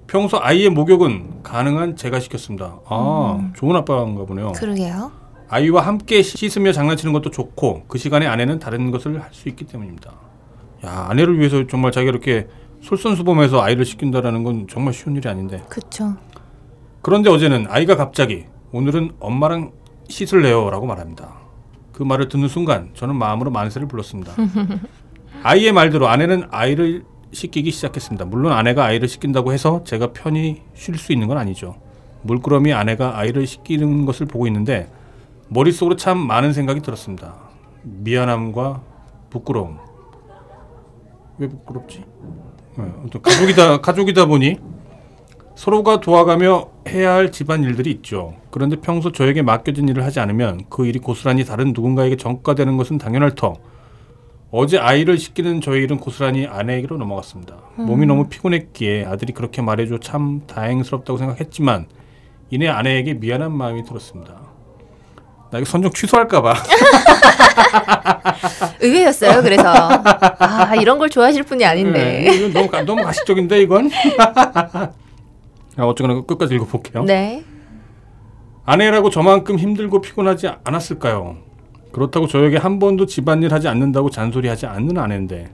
[SPEAKER 2] 평소 아이의 목욕은 가능한 제가 시켰습니다. 아, 좋은 아빠인가 보네요.
[SPEAKER 1] 음. 그러게요.
[SPEAKER 2] 아이와 함께 씻으며 장난치는 것도 좋고 그 시간에 아내는 다른 것을 할 수 있기 때문입니다. 야 아내를 위해서 정말 자기가 이렇게 솔선수범해서 아이를 시킨다라는 건 정말 쉬운 일이 아닌데
[SPEAKER 1] 그쵸.
[SPEAKER 2] 그런데 어제는 아이가 갑자기 오늘은 엄마랑 씻을래요라고 말합니다. 그 말을 듣는 순간 저는 마음으로 만세를 불렀습니다.
[SPEAKER 1] <laughs>
[SPEAKER 2] 아이의 말대로 아내는 아이를 씻기기 시작했습니다. 물론 아내가 아이를 씻긴다고 해서 제가 편히 쉴 수 있는 건 아니죠. 물끄러미 아내가 아이를 씻기는 것을 보고 있는데 머릿속으로 참 많은 생각이 들었습니다. 미안함과 부끄러움. 왜 부끄럽지? 네, 아무튼 가족이다 <laughs> 가족이다 보니 서로가 도와가며 해야 할 집안 일들이 있죠. 그런데 평소 저에게 맡겨진 일을 하지 않으면 그 일이 고스란히 다른 누군가에게 전가되는 것은 당연할 터. 어제 아이를 시키는 저의 일은 고스란히 아내에게로 넘어갔습니다. 몸이 너무 피곤했기에 아들이 그렇게 말해줘 참 다행스럽다고 생각했지만 이내 아내에게 미안한 마음이 들었습니다. 나 이거 선정 취소할까봐.
[SPEAKER 1] 의외였어요.
[SPEAKER 2] <laughs>
[SPEAKER 1] 그래서 아 이런 걸 좋아하실 분이 아닌데.
[SPEAKER 2] 이건 너무 가- 너무 가식적인데 이건. <laughs> 아, 어쨌거나 끝까지
[SPEAKER 1] <laughs>
[SPEAKER 2] 읽어볼게요.
[SPEAKER 1] 네.
[SPEAKER 2] 아내라고 저만큼 힘들고 피곤하지 않았을까요? 그렇다고 저에게 한 번도 집안일 하지 않는다고 잔소리하지 않는 아내인데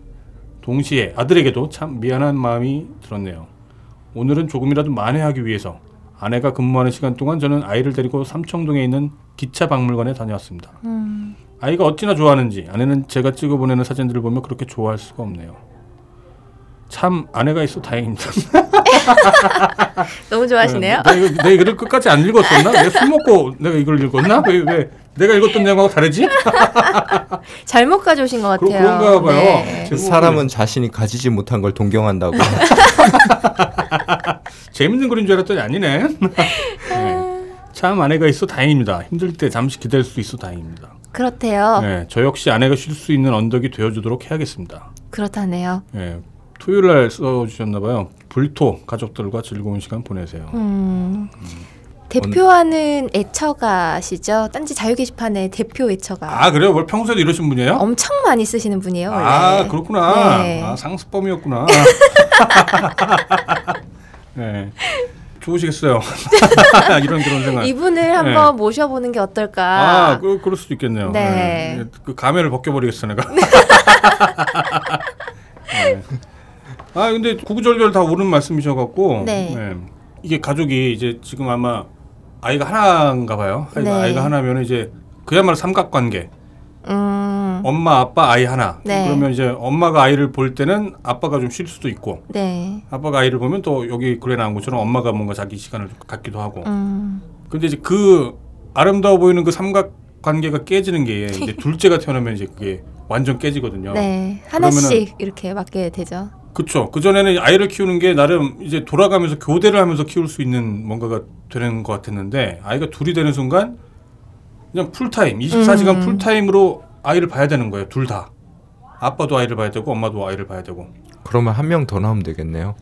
[SPEAKER 2] 동시에 아들에게도 참 미안한 마음이 들었네요. 오늘은 조금이라도 만회하기 위해서 아내가 근무하는 시간 동안 저는 아이를 데리고 삼청동에 있는 기차 박물관에 다녀왔습니다. 아이가 어찌나 좋아하는지 아내는 제가 찍어 보내는 사진들을 보면 그렇게 좋아할 수가 없네요. 참 아내가 있어 다행입니다.
[SPEAKER 1] 너무 좋아하시네요.
[SPEAKER 2] 네, 내가, 내 글을 끝까지 안 읽었었나? 내가 술 먹고 내가 이걸 읽었나? 왜, 왜 내가 읽었던 내용하고 다르지? <laughs>
[SPEAKER 1] 잘못 가져오신 것
[SPEAKER 2] 그런-
[SPEAKER 1] 같아요.
[SPEAKER 2] 그런가 봐요.
[SPEAKER 1] 네.
[SPEAKER 3] 그 사람은 자신이 가지지 못한
[SPEAKER 2] <laughs>
[SPEAKER 3] 걸 동경한다고.
[SPEAKER 2] 재밌는 글인 줄 알았더니 아니네. <laughs> 네. 참 아내가 있어 다행입니다. 힘들 때 잠시 기댈 수 있어 다행입니다.
[SPEAKER 1] 그렇대요.
[SPEAKER 2] 네, 저 역시 아내가 쉴 수 있는 언덕이 되어주도록 해야겠습니다.
[SPEAKER 1] 그렇다네요.
[SPEAKER 2] 네, 토요일 날 써주셨나봐요. 불토 가족들과 즐거운 시간 보내세요.
[SPEAKER 1] 음. 대표하는 애처가시죠? 딴지 자유 게시판의 대표 애처가
[SPEAKER 2] 아 그래요? 뭘 평소에도 이러신 분이에요?
[SPEAKER 1] 엄청 많이 쓰시는 분이에요. 원래.
[SPEAKER 2] 아 그렇구나.
[SPEAKER 1] 어, 예. 네. <laughs>
[SPEAKER 2] 아, 상습범이었구나. 네. 좋으시겠어요. <laughs> 이런 그런 생각.
[SPEAKER 1] 이분을 한번 모셔보는 게 어떨까?
[SPEAKER 2] 네. 아, 그, 그럴 수도 있겠네요.
[SPEAKER 1] 네.
[SPEAKER 2] 그 가면을 벗겨버리겠어 내가. <laughs> 네. 아 근데 구구절절 다 옳은 말씀이셔갖고
[SPEAKER 1] 네.
[SPEAKER 2] 이게 가족이 이제 지금 아마 아이가 하나인가 봐요. 아이가,
[SPEAKER 1] 네.
[SPEAKER 2] 아이가 하나면 이제 그야말로 삼각관계.
[SPEAKER 1] 음,
[SPEAKER 2] 엄마 아빠 아이 하나
[SPEAKER 1] 네.
[SPEAKER 2] 그러면 이제 엄마가 아이를 볼 때는 아빠가 좀 쉴 수도 있고
[SPEAKER 1] 네.
[SPEAKER 2] 아빠가 아이를 보면 또 여기 글에 나온 것처럼 엄마가 뭔가 자기 시간을 좀 갖기도 하고
[SPEAKER 1] 음,
[SPEAKER 2] 근데 이제 그 아름다워 보이는 그 삼각 관계가
[SPEAKER 1] <laughs>
[SPEAKER 2] 깨지는 게 이제 둘째가 태어나면 이제 그게 완전 깨지거든요
[SPEAKER 1] 네. 하나씩 이렇게 맞게 되죠.
[SPEAKER 2] 그쵸 그전에는 아이를 키우는 게 나름 이제 돌아가면서 교대를 하면서 키울 수 있는 뭔가가 되는 것 같았는데 아이가 둘이 되는 순간 그냥 풀타임 24시간
[SPEAKER 1] 음.
[SPEAKER 2] 풀타임으로 아이를 봐야 되는 거예요 둘 다 아빠도 아이를 봐야 되고 엄마도 아이를 봐야 되고
[SPEAKER 3] 그러면 한 명 더 나오면 되겠네요.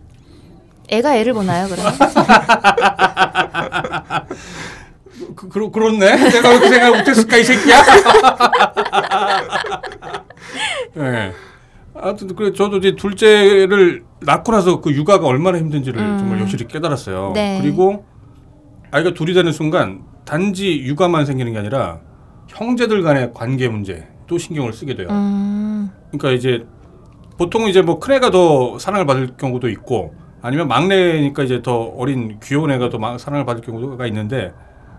[SPEAKER 1] 애가 애를 보나요,
[SPEAKER 2] <laughs>
[SPEAKER 1] 그럼?
[SPEAKER 2] 그, 그, 그렇네. 내가 왜 그 생각 못했을까,
[SPEAKER 1] <laughs>
[SPEAKER 2] 이 새끼야? 예. 네. 아무튼, 그래, 저도 이제 둘째를 낳고 나서 그 육아가 얼마나 힘든지를
[SPEAKER 1] 음.
[SPEAKER 2] 정말 여실히 깨달았어요.
[SPEAKER 1] 네.
[SPEAKER 2] 그리고 아이가 둘이 되는 순간 단지 육아만 생기는 게 아니라 형제들 간의 관계 문제도 신경을 쓰게 돼요.
[SPEAKER 1] 음,
[SPEAKER 2] 그러니까 이제 보통 이제 뭐 큰애가 더 사랑을 받을 경우도 있고 아니면 막내니까 이제 더 어린 귀여운 애가 더 마- 사랑을 받을 경우가 있는데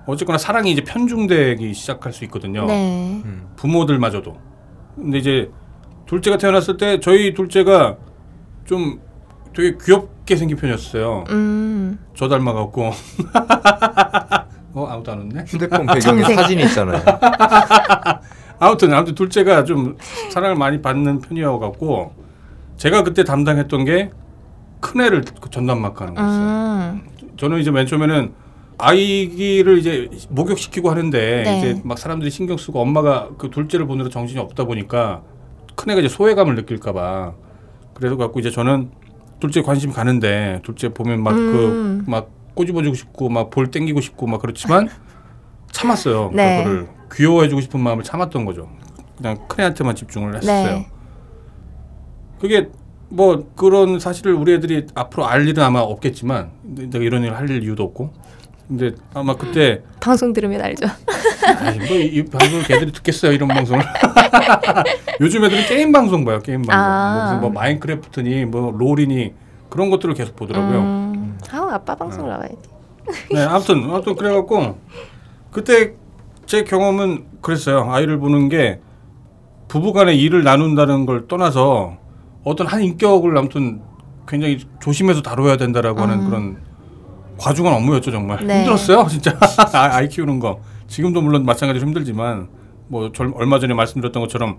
[SPEAKER 2] 어쨌거나 사랑이 이제 편중되기 시작할 수 있거든요.
[SPEAKER 1] 네.
[SPEAKER 2] 음. 부모들마저도. 근데 이제 둘째가 태어났을 때 저희 둘째가 좀 되게 귀엽게 생긴 편이었어요.
[SPEAKER 1] 음,
[SPEAKER 2] 저 닮아갖고. <laughs> 어 아무도 안 웃네. <laughs>
[SPEAKER 3] 휴대폰 배경에
[SPEAKER 1] 청색.
[SPEAKER 3] 사진이 있잖아요.
[SPEAKER 2] 아무튼 아무튼 둘째가 좀 사랑을 많이 받는 편이어 갖고 제가 그때 담당했던 게 큰애를 그 전담막 하는 거였어요.
[SPEAKER 1] 음,
[SPEAKER 2] 저는 이제 맨 처음에는 아이기를 이제 목욕시키고 하는데
[SPEAKER 1] 네.
[SPEAKER 2] 이제 막 사람들이 신경 쓰고 엄마가 그 둘째를 보느라 정신이 없다 보니까 큰애가 이제 소외감을 느낄까 봐 그래서 갖고 이제 저는 둘째 관심 가는데 둘째 보면 막 그 막
[SPEAKER 1] 음.
[SPEAKER 2] 꼬집어주고 싶고 막 볼 땡기고 싶고 막
[SPEAKER 1] <laughs>
[SPEAKER 2] 그렇지만 참았어요
[SPEAKER 1] 네.
[SPEAKER 2] 그거를 귀여워해주고 싶은 마음을 참았던 거죠 그냥 큰애한테만 집중을 했었어요
[SPEAKER 1] 네.
[SPEAKER 2] 그게 뭐 그런 사실을 우리 애들이 앞으로 알 일은 아마 없겠지만 근데 내가 이런 일을 할 이유도 없고 근데 아마
[SPEAKER 1] <laughs>
[SPEAKER 2] 그때
[SPEAKER 1] 방송 들으면 알죠.
[SPEAKER 2] 아이, 뭐이 이 방송을 걔들이 듣겠어요 이런 방송을 <laughs> 요즘 애들은 게임 방송 봐요 게임 방송
[SPEAKER 1] 아.
[SPEAKER 2] 뭐 무슨 뭐 마인크래프트니 뭐 롤이니 그런 것들을 계속 보더라고요
[SPEAKER 1] 음, 아, 아빠 방송 나와야지.
[SPEAKER 2] 네, 아무튼 아무튼 그래갖고 그때 제 경험은 그랬어요. 아이를 보는 게 부부간의 일을 나눈다는 걸 떠나서 어떤 한 인격을 아무튼 굉장히 조심해서 다뤄야 된다라고 하는 그런 과중한 업무였죠 정말
[SPEAKER 1] 음. 네.
[SPEAKER 2] 힘들었어요 진짜 <laughs> 아- 아이 키우는 거 지금도 물론 마찬가지로 힘들지만 뭐 절- 얼마 전에 말씀드렸던 것처럼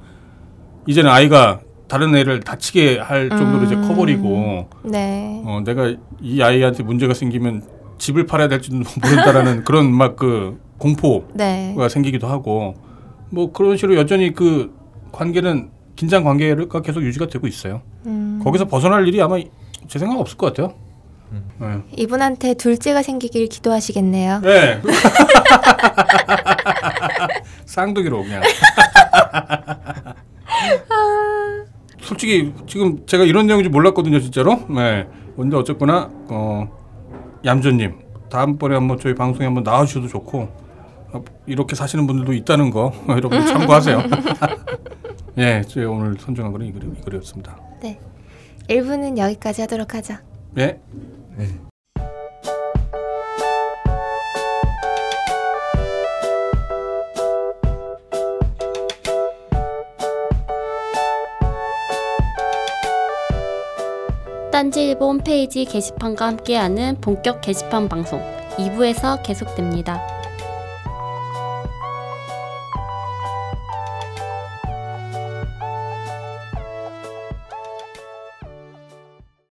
[SPEAKER 2] 이제는 아이가 다른 애를 다치게 할 정도로 이제
[SPEAKER 1] 음.
[SPEAKER 2] 커버리고
[SPEAKER 1] 네.
[SPEAKER 2] 어, 내가 이 아이한테 문제가 생기면 집을 팔아야 될지도 <laughs> 모른다라는 그런 막 그 공포가
[SPEAKER 1] 네.
[SPEAKER 2] 생기기도 하고 뭐 그런 식으로 여전히 그 관계는 긴장 관계가 계속 유지가 되고 있어요.
[SPEAKER 1] 음.
[SPEAKER 2] 거기서 벗어날 일이 아마 제 생각 없을 것 같아요. 네.
[SPEAKER 1] 이분한테 둘째가 생기길 기도하시겠네요.
[SPEAKER 2] 네. <laughs> 쌍둥이로 그냥. <laughs> 솔직히 지금 제가 이런 내용인지 몰랐거든요, 진짜로. 네. 근데 어쨌거나 어 얌전님 다음번에 한번 저희 방송에 한번 나와주셔도 좋고 어, 이렇게 사시는 분들도 있다는 거 <laughs> 여러분 참고하세요. <laughs> 예, 제가 오늘 선정한 거는 이 그림 이 그림이었습니다.
[SPEAKER 1] 네. 1부는 여기까지 하도록 하죠.
[SPEAKER 2] 예.
[SPEAKER 7] 딴지일보 홈페이지 게시판과 함께하는 본격 게시판 방송 2부에서 계속됩니다.